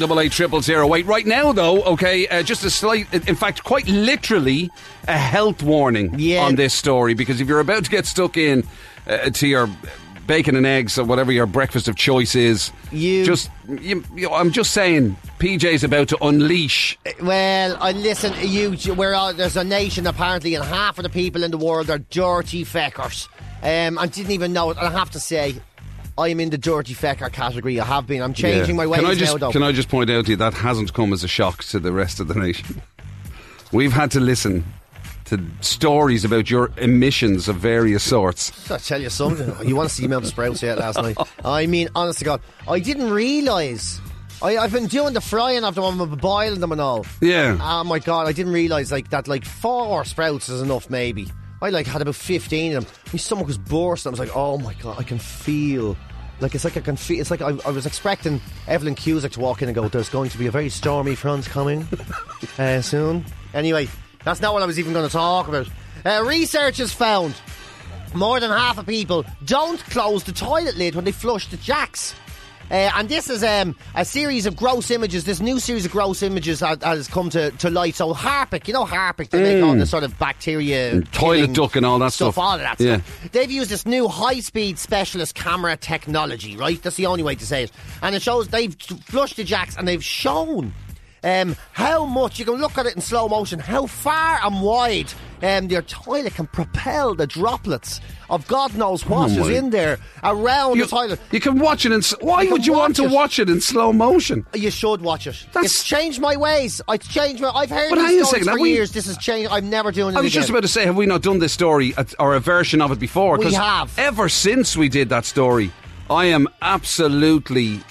087-188-0008. Right now, though, okay, uh, just a slight, in fact, quite literally, a health warning Yeah. on this story, because if you're about to get stuck in uh, to your bacon and eggs or whatever your breakfast of choice is, You- just, you, you know, I'm just saying, PJ's about to unleash. Well, I listen. You, we're all, there's a nation apparently, and half of the people in the world are dirty feckers. Um, I didn't even know it. And I have to say, I'm in the dirty fecker category. I have been. I'm changing Yeah. my ways can I just, now, though. Can I just point out to you, that hasn't come as a shock to the rest of the nation. We've had to listen to stories about your emissions of various sorts. I'll tell you something. You want to see Mount Sprouts out last night? I mean, honest to God, I didn't realise I, I've been doing the frying of them, I'm boiling them and all. Yeah. Oh my god, I didn't realise like that like four sprouts is enough maybe. I like had about fifteen of them. My stomach was bursting. I was like, oh my god, I can feel like it's like I can feel. It's like I, I was expecting Evelyn Cusick to walk in and go, "There's going to be a very stormy front coming uh, soon." Anyway, that's not what I was even going to talk about. Uh, research has found more than half of people don't close the toilet lid when they flush the jacks. Uh, and this is um, a series of gross images. This new series of gross images that, that has come to, to light. So Harpic, you know Harpic, they make all this sort of bacteria, Mm. toilet killing duck and all that stuff. all of that Yeah. stuff. They've used this new high-speed specialist camera technology, right? That's the only way to say it. And it shows they've flushed the jacks and they've shown um, how much you can look at it in slow motion, how far and wide um, your toilet can propel the droplets of God knows what is Oh my- in there around the toilet. you can watch it in. s- Why You would can you want to watch it. watch it in slow motion? You should watch it. That's- It's changed my ways. It's changed my. I've heard But hang on a these stories second, have for we- years. This has changed. I'm never doing it I was again. just about to say, have we not done this story at, or a version of it before? We 'Cause have. Ever since we did that story, I am absolutely.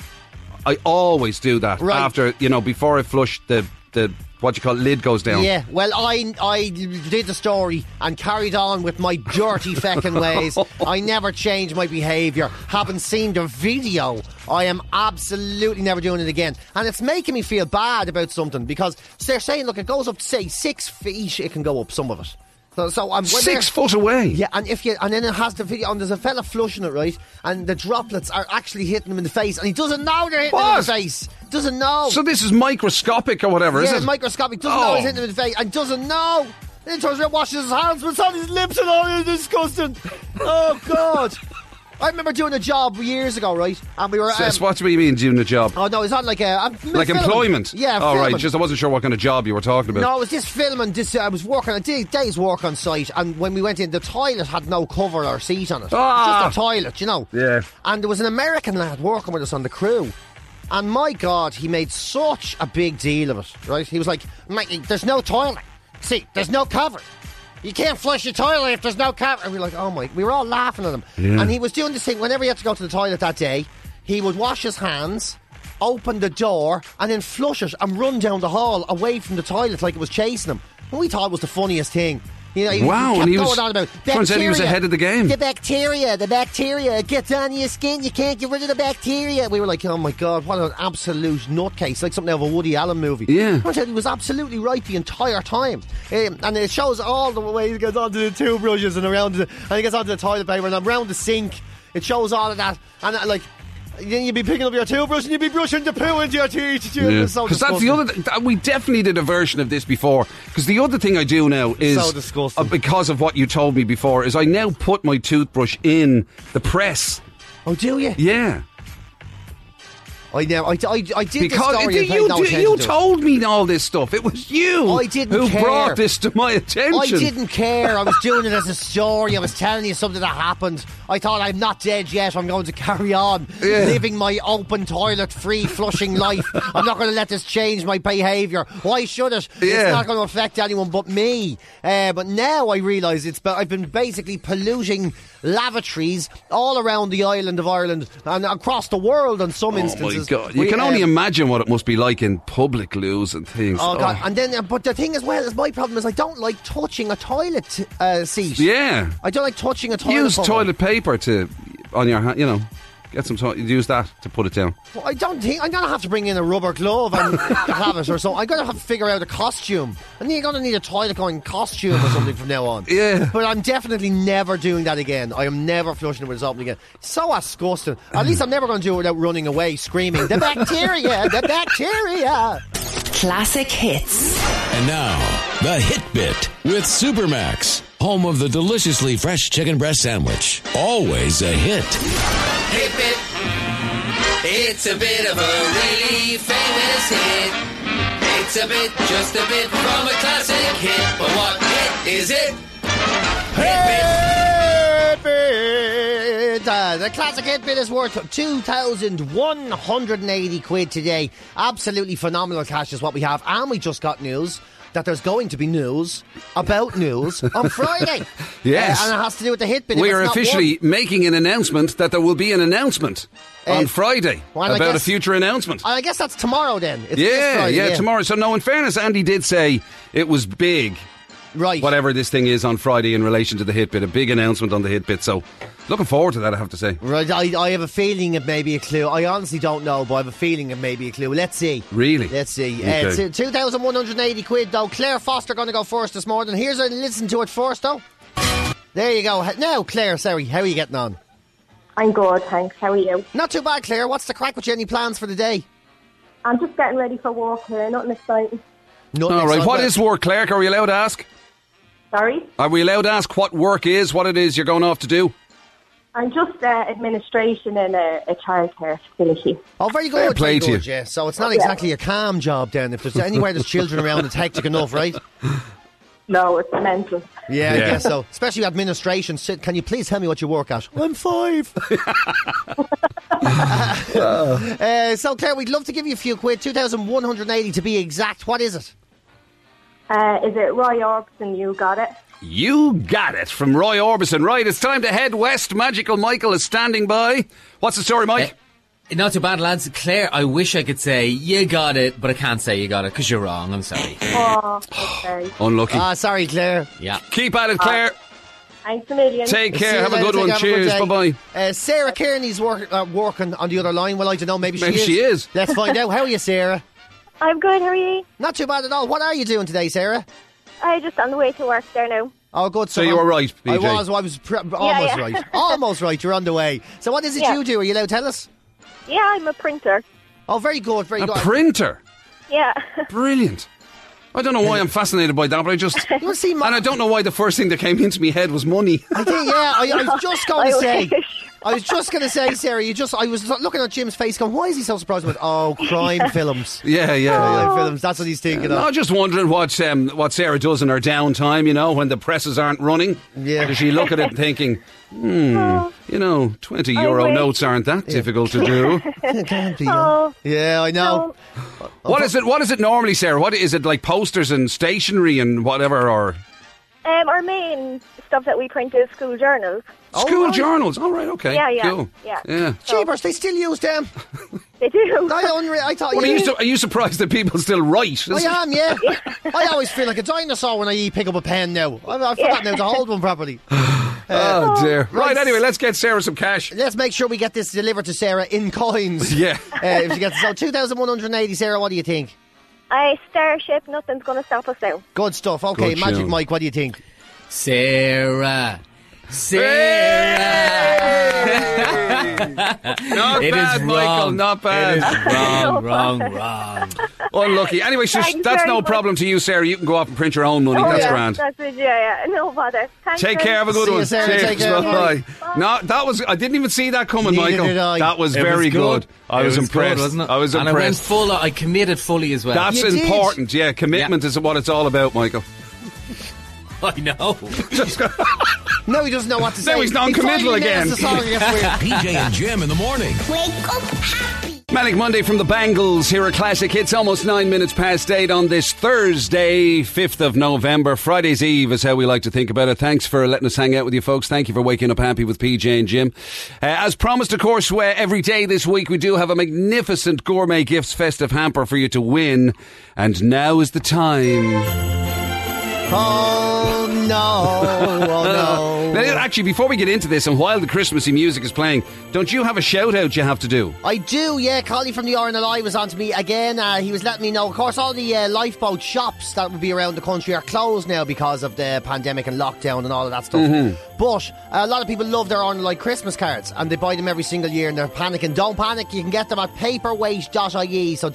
I always do that Right. after you know before I flush the the what you call lid goes down. Yeah, well, I I did the story and carried on with my dirty feckin' ways. I never changed my behaviour. Haven't seen the video. I am absolutely never doing it again. And it's making me feel bad about something because they're saying, look, it goes up to say six feet. It can go up some of it. So, so I'm when Six they're- foot away. yeah, and if you and then it has the video and there's a fella flushing it right, and the droplets are actually hitting him in the face, and he doesn't know they're hitting him in What? the face. Doesn't know. So this is microscopic or whatever, yeah, is it? microscopic. Doesn't know Oh. he's hitting him in the face, and doesn't know. Then he turns around, washes his hands, but on his lips, and all it's disgusting. Oh God! I remember doing a job years ago, right? And we were. So um, it's what do you mean doing the job? oh no, it's not like a I'm like filming. employment? Yeah, All right. filming. Just I wasn't sure what kind of job you were talking about. No, it was just filming. This I was working a day, day's work on site, and when we went in, the toilet had no cover or seat on it. Ah! Just a toilet, you know. Yeah. And there was an American lad working with us on the crew. And my God, he made such a big deal of it, right? He was like, "Mate, there's no toilet. See, there's no cover. You can't flush your toilet if there's no cover. And we were like, oh my, we were all laughing at him. Yeah. And he was doing this thing whenever he had to go to the toilet that day, he would wash his hands, open the door, and then flush it and run down the hall away from the toilet like it was chasing him. And we thought it was the funniest thing. You know, he Wow, kept and he going was- on about turns out he was bacteria, ahead of the game. The bacteria, the bacteria it gets on your skin. You can't get rid of the bacteria. We were like, oh my god, what an absolute nutcase! Like something out of a Woody Allen movie. Yeah. Turns out he was absolutely right the entire time. Um, and it shows all the way he gets onto the toothbrushes and around, the, and he gets onto the toilet paper and around the sink. It shows all of that, and uh, like. Then you'd be picking up your toothbrush and you'd be brushing the poo into your teeth. It's Yeah. so that's the disgusting. other. Th- that- we definitely did a version of this before. Because the other thing I do now is So disgusting. uh, because of what you told me before is I now put my toothbrush in the press. Oh, do you? Yeah, I know. I, I, I did because this story it- and paid you no do- attention you to it. told me all this stuff. It was you I didn't who care. brought this to my attention. I didn't care. I was doing it as a story. I was telling you something that happened. I thought I'm not dead yet. I'm going to carry on Yeah. living my open toilet free flushing life. I'm not going to let this change my behaviour. Why should it? Yeah. It's not going to affect anyone but me. Uh, but now I realise it's. But I've been basically polluting lavatories all around the island of Ireland and across the world in some Oh my instances. god! You We, can um, only imagine what it must be like in public loos and things. Oh god! Oh. And then, uh, but the thing as well is my problem is I don't like touching a toilet uh, seat. yeah. I don't like touching a toilet. Use bowl. toilet paper to on your hand. You know, get some. To- use that to put it down. I don't think I'm gonna have to bring in a rubber glove and have it or something. I'm gonna have to figure out a costume. And you're gonna need a toilet going costume or something from now on. Yeah. But I'm definitely never doing that again. I am never flushing it with something again. So disgusting. At least I'm never gonna do it without running away screaming, The bacteria, the bacteria Classic hits. And now, the Hit Bit with Supermax, home of the deliciously fresh chicken breast sandwich. Always a hit. Hit bit. It's a bit of a really famous hit. It's a bit, just a bit from a classic hit. But what hit is it? Hit bit. Bit. Uh, the classic hit bit is worth 2,180 quid today. Absolutely phenomenal cash is what we have. And we just got news that there's going to be news about news on Friday. Yes. Uh, and it has to do with the hit bit. If We it's are not officially making an announcement that there will be an announcement on Uh, Friday well, I about a guess- future announcement. one- I guess that's tomorrow then. It's this yeah, Friday, yeah, tomorrow. So, no, in fairness, Andy did say it was big, Right. whatever this thing is on Friday in relation to the hit bit, a big announcement on the hit bit. So, looking forward to that, I have to say. Right, I, I have a feeling it may be a clue. I honestly don't know, but I have a feeling it may be a clue. Let's see. Really? Let's see. Okay. Uh, t- 2,180 quid, though. Claire Foster going to go first this morning. Here's a listen to it first, though. There you go. H- Now, Claire, sorry, how are you getting on? I'm good, thanks. How are you? Not too bad, Claire. What's the crack with you? Any plans for the day? I'm just getting ready for work here. Nothing exciting. No. All right, what is work, Clerk? Are we allowed to ask? Sorry. Are we allowed to ask what work is, what it is you're going off to do? I'm just uh, administration in a, a childcare facility. Oh, very good. Fair play very to you. good, Yeah. So it's not exactly a calm job, then. If there's anywhere there's children around, it's hectic enough, right? No, it's mental. Yeah, I Yeah. guess so. Especially administration. Sit- Can you please tell me what you work at? I'm five. uh, so, Claire, we'd love to give you a few quid. 2,180 to be exact. What is it? Uh, is it Roy Orbison? You got it. You got it from Roy Orbison. Right, it's time to head west. Magical Michael is standing by. What's the story, Mike? Not too bad, lads. Claire, I wish I could say you got it, but I can't say you got it because you're wrong. I'm sorry. Oh, okay. Unlucky. Ah, sorry, Claire. Yeah. Uh, Keep at it, Claire. Thanks a million. Take See you care. Have a later, good take one. care, have a good Cheers. day. Bye bye. Uh, Sarah Kearney's work, uh, working on the other line. Well, I don't know. Maybe she Maybe is. she is. Let's find out. How are you, Sarah? I'm good, how are you? Not too bad at all. What are you doing today, Sarah? I just on the way to work there now. Oh, good. So you were right, I PJ. was. I was pr- almost yeah. right. Almost right. You're on the way. So what is it Yeah. you do? Are you allowed to tell us? Yeah, I'm a printer. Oh, very good. Very A good. printer. Yeah. Brilliant. I don't know why I'm fascinated by that, but I just. you want to see And I my... don't know why the first thing that came into my head was money. I think, yeah, I, I was just going to I say. wish. I was just going to say, Sarah. You just, I was lo- looking at Jim's face, going, "Why is he so surprised?" With oh, crime films, yeah, yeah, yeah. crime films. That's what he's thinking No, of. I'm just wondering what um, what Sarah does in her downtime, you know, when the presses aren't running. Yeah. Does she look at it thinking, hmm, you know, 20 euro wish. notes aren't that difficult to do? It can't be, yeah. Oh, Yeah, I know. no. what is it What is it normally, Sarah? What is it like posters and stationery and whatever, or Um, our main stuff that we print is school journals. school right. journals? All Oh, right, okay. Yeah, yeah, Cool. yeah. yeah. Jeebers, they still use them. They do. I, unre- I thought. Well, are, you you Oh, su- are you surprised that people still write? I am, yeah. I always feel like a dinosaur when I pick up a pen now. I've, I've forgotten how to hold one properly. Oh dear. Right. Right. Anyway, let's get Sarah some cash. Let's make sure we get this delivered to Sarah in coins. Yeah. Uh, if she gets so 2,180, Sarah, what do you think? I starship, nothing's going to stop us now. Good stuff. Okay, Good Magic tune. Mike, what do you think? Sarah. Sarah. not It is bad, Michael. wrong. Not bad. It is wrong, wrong, wrong. Unlucky. Anyway, so Thanks that's very no much. problem to you, Sarah. You can go off and print your own money. that's Oh, yeah, grand. That's it, yeah, yeah. No bother. Thanks Take very care. Have a much. good See you, one. Sarah. Cheers. Take care. Bye. No, that was. I didn't even see that coming, Neither Michael. did I. That was It very good. good. I It was, good, impressed. wasn't it? I was And I went impressed. full. I committed fully as well. that's You did. important. Yeah, commitment is what it's all about, Michael. I know. No, he doesn't know what to say. Now he's non-committal He finally again. nails The song against Weird. PJ and Jim in the morning. Manic Monday from the Bangles. Here are classic hits. Almost nine minutes past eight on this Thursday, 5th of November. Friday's Eve is how we like to think about it. Thanks for letting us hang out with you folks. Thank you for waking up happy with PJ and Jim. Uh, as promised, of course, where every day this week we do have a magnificent gourmet gifts festive hamper for you to win. And now is the time. Uh, Oh no! Oh Now, no! Actually, before we get into this, and while the Christmassy music is playing, don't you have a shout out you have to do? I do, yeah. Collie from the RNLI was on to me again. Uh, he was letting me know. Of course, all the uh, lifeboat shops that would be around the country are closed now because of the pandemic and lockdown and all of that stuff. Mm-hmm. But a lot of people love their RNLI Christmas cards and they buy them every single year and they're panicking. Don't panic. You can get them at paperweight.ie. E. So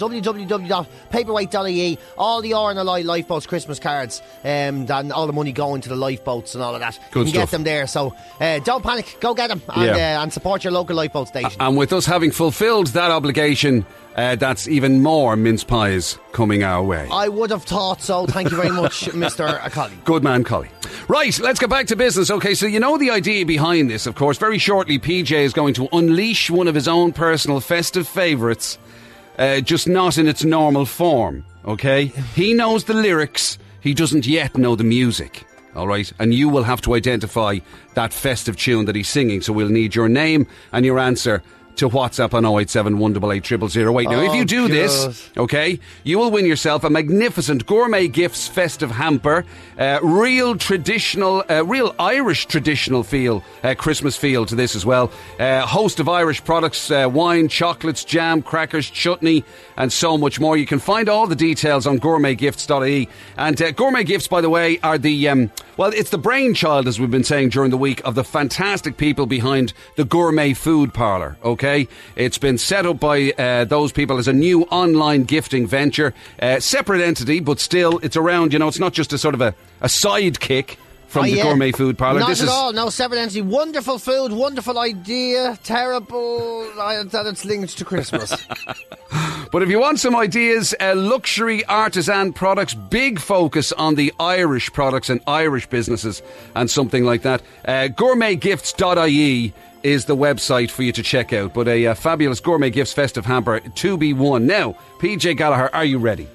www.paperweight.ie. E, All the RNLI lifeboats Christmas cards um, and all the money going to the lifeboats and all of that. Good you can stuff. get them there. So uh, don't panic. Go get them and, Yeah. uh, and support your local lifeboat station. And with us having fulfilled that obligation, uh, that's even more mince pies coming our way. I would have thought so. Thank you very much, Mr. Collie. Good man, Collie. Right, let's get back to business. Okay, so you know the idea behind this, of course. Very shortly, PJ is going to unleash one of his own personal festive favourites, uh, just not in its normal form. Okay? He knows the lyrics. He doesn't yet know the music. All right, and you will have to identify that festive tune that he's singing. So we'll need your name and your answer to WhatsApp on 087 188 0008. Now, if Oh, you do God. this, okay, you will win yourself a magnificent gourmet gifts festive hamper, uh, real traditional, uh, real Irish traditional feel, uh, Christmas feel to this as well. Uh, host of Irish products, uh, wine, chocolates, jam, crackers, chutney, and so much more. You can find all the details on gourmetgifts.ie. And uh, gourmet gifts, by the way, are the um, well, it's the brainchild, as we've been saying during the week, of the fantastic people behind the Gourmet Food Parlor. Okay, it's been set up by uh, those people as a new online gifting venture, uh, separate entity, but still, it's around. You know, it's not just a sort of a, a sidekick from Oh, the yeah. Gourmet Food Parlor. Not this at is all. No separate entity. Wonderful food. Wonderful idea. Terrible uh, that it's linked to Christmas. But if you want some ideas, uh, luxury artisan products, big focus on the Irish products and Irish businesses and something like that, uh, gourmetgifts.ie is the website for you to check out. But a uh, fabulous gourmet gifts festive hamper to be won. Now, PJ Gallagher, are you ready?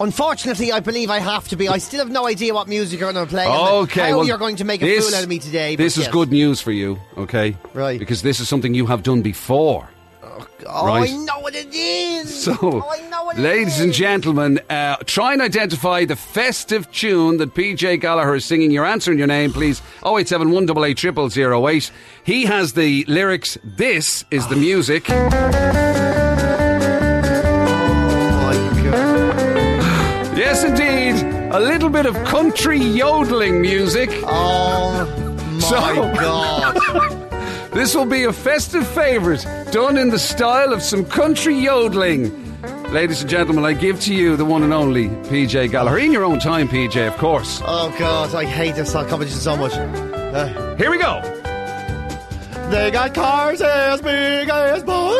Unfortunately, I believe I have to be. I still have no idea what music you're going to play. and Okay. How well, you're going to make a this- fool out of me today. but This is yes. good news for you, okay? Right. Because this is something you have done before. Oh, Right. I know what it is. So, oh, I know what it ladies and is. gentlemen, uh, try and identify the festive tune that PJ Gallagher is singing. Your answer and your name, please. Oh, 087 188 He has the lyrics. This is the music. Yes, indeed. A little bit of country yodeling music. Oh my So- god. This will be a festive favourite, done in the style of some country yodeling. Ladies and gentlemen, I give to you the one and only PJ Gallagher. In your own time, PJ, of course. Oh god, I hate this whole competition so much. Uh, Here we go. they got cars as big as my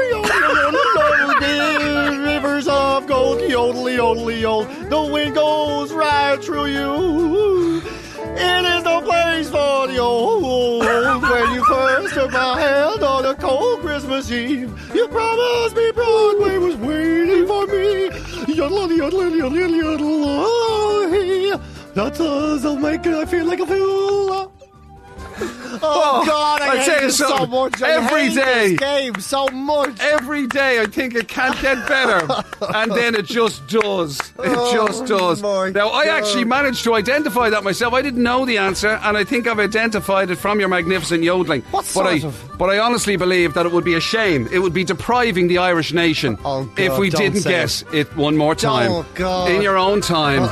rivers of gold, yodely, yodely, yodel. The wind goes right through you. It is no place for the old. When you first took my hand on a cold Christmas Eve, you promised me Broadway was waiting for me. Yodel, yodel, yodel, yodel, yodel. Oh, hey. That doesn't make it, I feel like a fool. Oh, God, I, I tell hate you this so something. much. I Every hate day. this game so much. Every day I think it can't get better, and then it just does. It just does. Oh my now, I God. actually managed to identify that myself. I didn't know the answer, and I think I've identified it from your magnificent yodeling. What but I, sort of- But I honestly believe that it would be a shame. It would be depriving the Irish nation Oh, God, if we don't didn't say guess it. one more time. Oh, God. Uh, In your own time.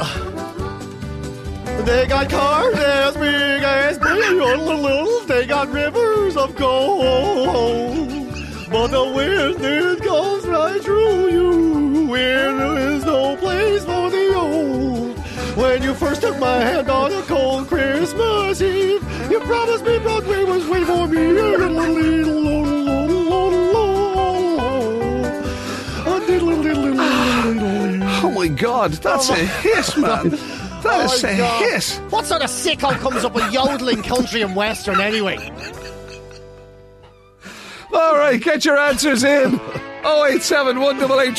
They got cars as big as big. They got rivers of gold. But the wind, it goes right through you. Where there is no place for the old. When you first took my hand on a cold Christmas Eve, you promised me Broadway was waiting for me. oh, my God. That's Oh a hiss, man. That is a hiss. What sort of sicko comes up with yodeling country and western anyway? All right, get your answers in. 087 188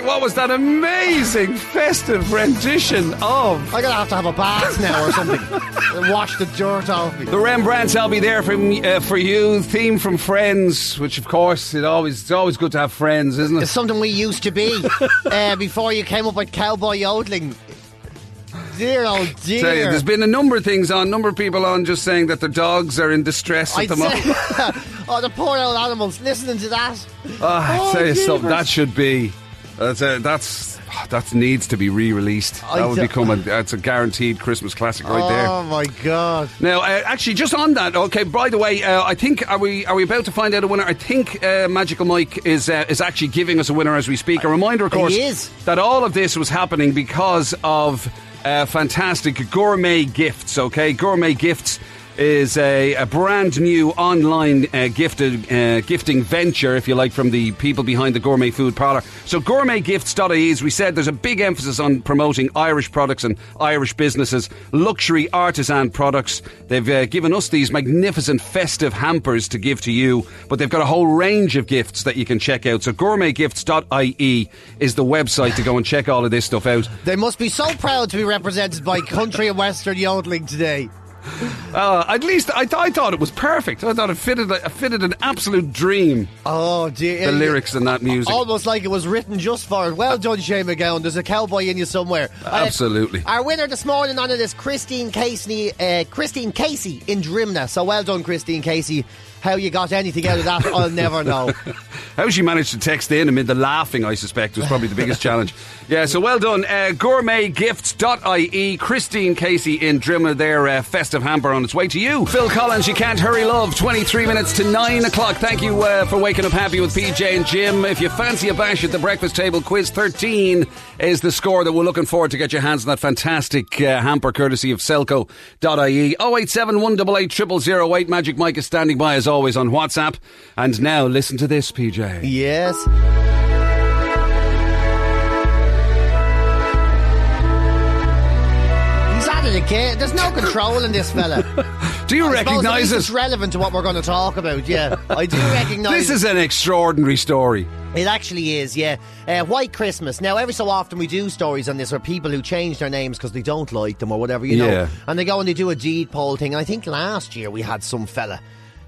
0008. What was that amazing festive rendition of? I'm gonna have to have a bath now or something. and wash the dirt off me. The Rembrandts, I'll be there for, uh, for you. Theme from Friends, which of course it always it's always good to have friends, isn't It's it? something we used to be uh, before you came up with cowboy yodeling. Dear oh dear. Tell you, there's been a number of things on, number of people on just saying that their dogs are in distress at I'd the moment. say- oh, the poor old animals listening to that. Ah, I Oh, tell you jeepers. something, that should be that's a, that's that needs to be re-released. I that would d- become a that's a guaranteed Christmas classic right there. Oh my god. Now, uh, actually, just on that. Okay. By the way, uh, I think are we are we about to find out a winner? I think uh, Magical Mike is uh, is actually giving us a winner as we speak. A reminder, of course, Uh, He is. that all of this was happening because of uh, fantastic gourmet gifts. Okay, gourmet gifts. is a, a brand new online uh, gifted, uh, gifting venture, if you like, from the people behind the Gourmet Food Parlour. So, gourmetgifts.ie, E, as we said, there's a big emphasis on promoting Irish products and Irish businesses, luxury artisan products. They've uh, given us these magnificent festive hampers to give to you, but they've got a whole range of gifts that you can check out. So, gourmetgifts.ie is the website to go and check all of this stuff out. They must be so proud to be represented by country and western yodeling today. Uh, at least I, th- I thought it was perfect. I thought it fitted it fitted an absolute dream. Oh dear! The lyrics in that music. almost like it was written just for it. Well done, Shane McGowan. There's a cowboy in you somewhere. Uh, Absolutely. our winner this morning on it is Christine Casey, uh, Christine Casey in Drimna. So well done, Christine Casey. How you got anything out of that, I'll never know. How she managed to text in amid the laughing, I suspect, was probably the biggest challenge. Yeah, so well done. Uh, gourmetgifts.ie. Christine Casey in Drimmer, their uh, festive hamper on its way to you. Phil Collins, You Can't Hurry Love, 23 minutes to 9 o'clock. Thank you uh, for waking up happy with PJ and Jim. If you fancy a bash at the breakfast table, quiz 13 is the score that we're looking forward to get your hands on that fantastic uh, hamper courtesy of Selco.ie. 087 8 Magic Mike is standing by as always on WhatsApp. And now listen to this, PJ. yes. He's at it again. There's no control in this fella. Do you I suppose at recognise least it? It's relevant to what we're going to talk about. Yeah, I do recognise. This is an extraordinary story. It actually is, yeah. Uh, White Christmas. Now, every so often we do stories on this where people who change their names because they don't like them or whatever, you know. Yeah. And they go and they do a deed poll thing. And I think last year we had some fella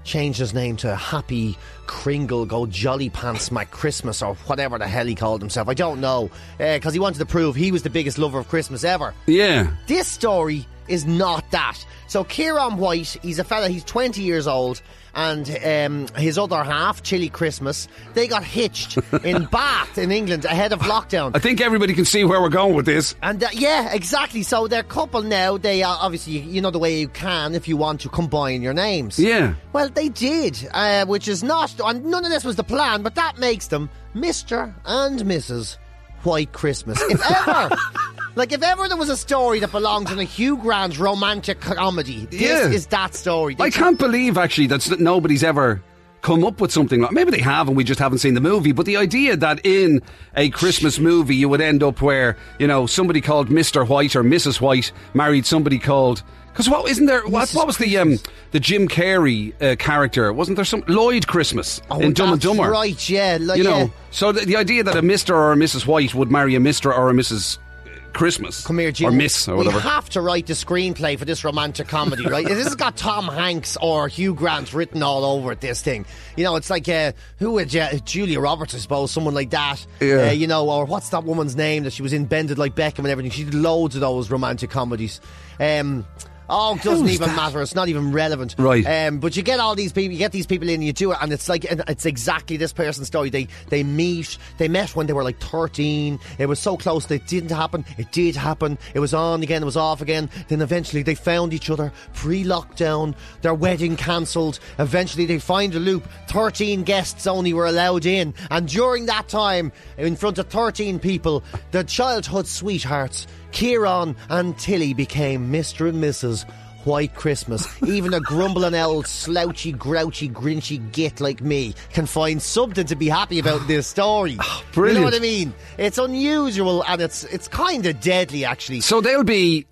change his name to Happy Kringle Go Jolly Pants Mac Christmas or whatever the hell he called himself. I don't know. Because he wanted to prove he was the biggest lover of Christmas ever. Yeah. This story is not that. So Kieran White, he's a fella, he's 20 years old, and um, his other half, Chilly Christmas, they got hitched in Bath in England ahead of I lockdown. think everybody can see where we're going with this. And uh, yeah, exactly. So they're couple now. They are obviously, you you know, the way you can if you want to combine your names. Yeah. Well, they did, uh, which is not, and none of this was the plan, but that makes them Mr. and Mrs. White Christmas. If ever, like, if ever there was a story that belongs in a Hugh Grant romantic comedy, this Yeah. is that story. They I can't believe actually that's- that nobody's ever come up with something like maybe they have and we just haven't seen the movie but the idea that in a christmas movie you would end up where you know somebody called mr white or mrs white married somebody called because what isn't there what, Mrs. what was the um the jim carrey uh, character wasn't there some lloyd christmas in dumb and Oh, that's dumber Right, yeah. Like, you know yeah. so the, the idea that a mr or a mrs white would marry a mr or a mrs christmas Come here, Jim. or miss or we whatever have to write the screenplay for this romantic comedy, right? this has got Tom Hanks or Hugh Grant written all over it. This thing, you know, it's like uh, who would uh, Julia Roberts, I suppose, someone like that. Yeah. Uh, you know, or what's that woman's name that she was in Bended Like Beckham and everything? She did loads of those romantic comedies. Um, oh, it doesn't Who's even that? matter. It's not even relevant, Right. Um, but you get all these people, you get these people in, and you do it, and it's like and it's exactly this person's story. They they meet, they met when they were like thirteen. It was so close, that it didn't happen. It did happen. It was on again, it was off again. Then eventually they found each other pre-lockdown. Their wedding cancelled. Eventually they find a loop. Thirteen guests only were allowed in, and during that time, in front of thirteen people, their childhood sweethearts. Kieran and Tilly became Mr. and Mrs. White Christmas. Even a grumbling old, slouchy, grouchy, grinchy git like me can find something to be happy about in this story. You Oh, brilliant. know what I mean? It's unusual and it's it's kind of deadly, actually. So they'll be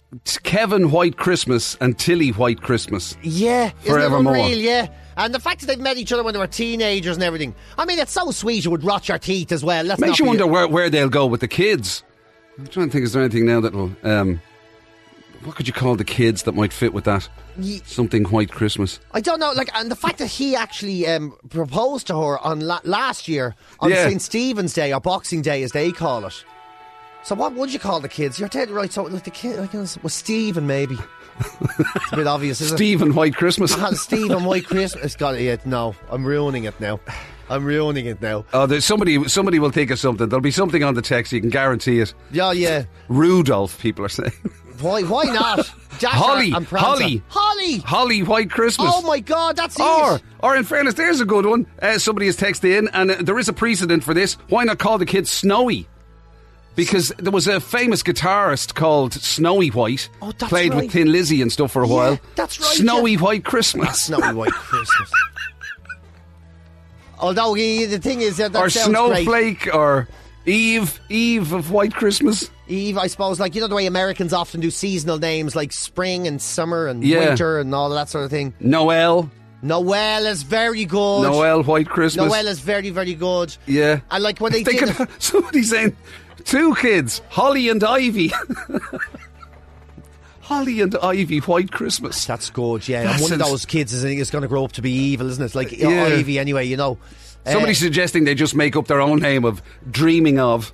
Kevin White Christmas and Tilly White Christmas. Yeah, isn't it Forevermore. unreal? Yeah. And the fact that they've met each other when they were teenagers and everything. I mean, it's so sweet. It would rot your teeth as well. Let's Makes not you be- wonder where, where they'll go with the kids. I'm trying to think, is there anything now that will. Um, what could you call the kids that might fit with that? Ye- Something White Christmas. I don't know, like, and the fact that he actually um, proposed to her on la- last year on Yeah. St Stephen's Day or Boxing Day, as they call it. So, what would you call the kids? You're dead right. So, like the kid, like, was Stephen maybe? it's a bit obvious, isn't Stephen White Christmas. it? God, Stephen White Christmas. Got it? Yeah, no, I'm ruining it now. I'm ruining it now. Oh, there's somebody. Somebody will think of something. There'll be something on the text. You can guarantee it. Yeah, yeah. Rudolph. People are saying Why? Why not? Dasher Holly, and Prancer. Holly. Holly. Holly White Christmas. Oh my God, that's Or, it. or in fairness, there's a good one. Uh, somebody has texted in, and uh, there is a precedent for this. Why not call the kids Snowy? Because there was a famous guitarist called Snowy White, Oh, that's played with right. Thin Lizzy and stuff for a Yeah, while. that's right, Snowy yeah. White Christmas Snowy White Christmas. Although he, the thing is that that or sounds great. Snowflake or Eve, Eve of White Christmas. Eve, I suppose, like you know the way Americans often do seasonal names like spring and summer and Yeah. winter and all of that sort of thing. Noel, Noel is very good. Noel White Christmas. Oh, Noel is very, very good. yeah, And like when they They did could- somebody saying two kids, Holly and Ivy. Holly and Ivy White Christmas. That's good, yeah. That and one of sounds- those kids is, is going to grow up to be evil, isn't it? Like Yeah. Ivy, anyway, you know. Uh, Somebody suggesting they just make up their own name of dreaming of.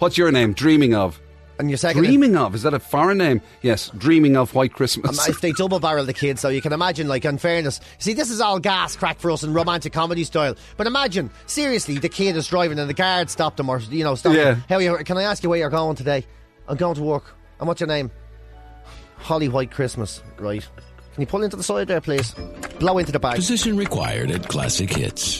What's your name? Dreaming of. Eh, and your second. Dreaming of is that a foreign name? Yes, dreaming of White Um, Christmas. if they double barrel the kids, so you can imagine, like, in fairness, see, this is all gas crack for us in romantic comedy style. But imagine, seriously, the kid is driving and the guard stopped him, or you know, stopped Yeah. him. How you? Can I ask you where you're going today? I'm going to work. And what's your name? Holly White Christmas, right? Can you pull into the side there, please? Blow into the bag. Position required at Classic Hits.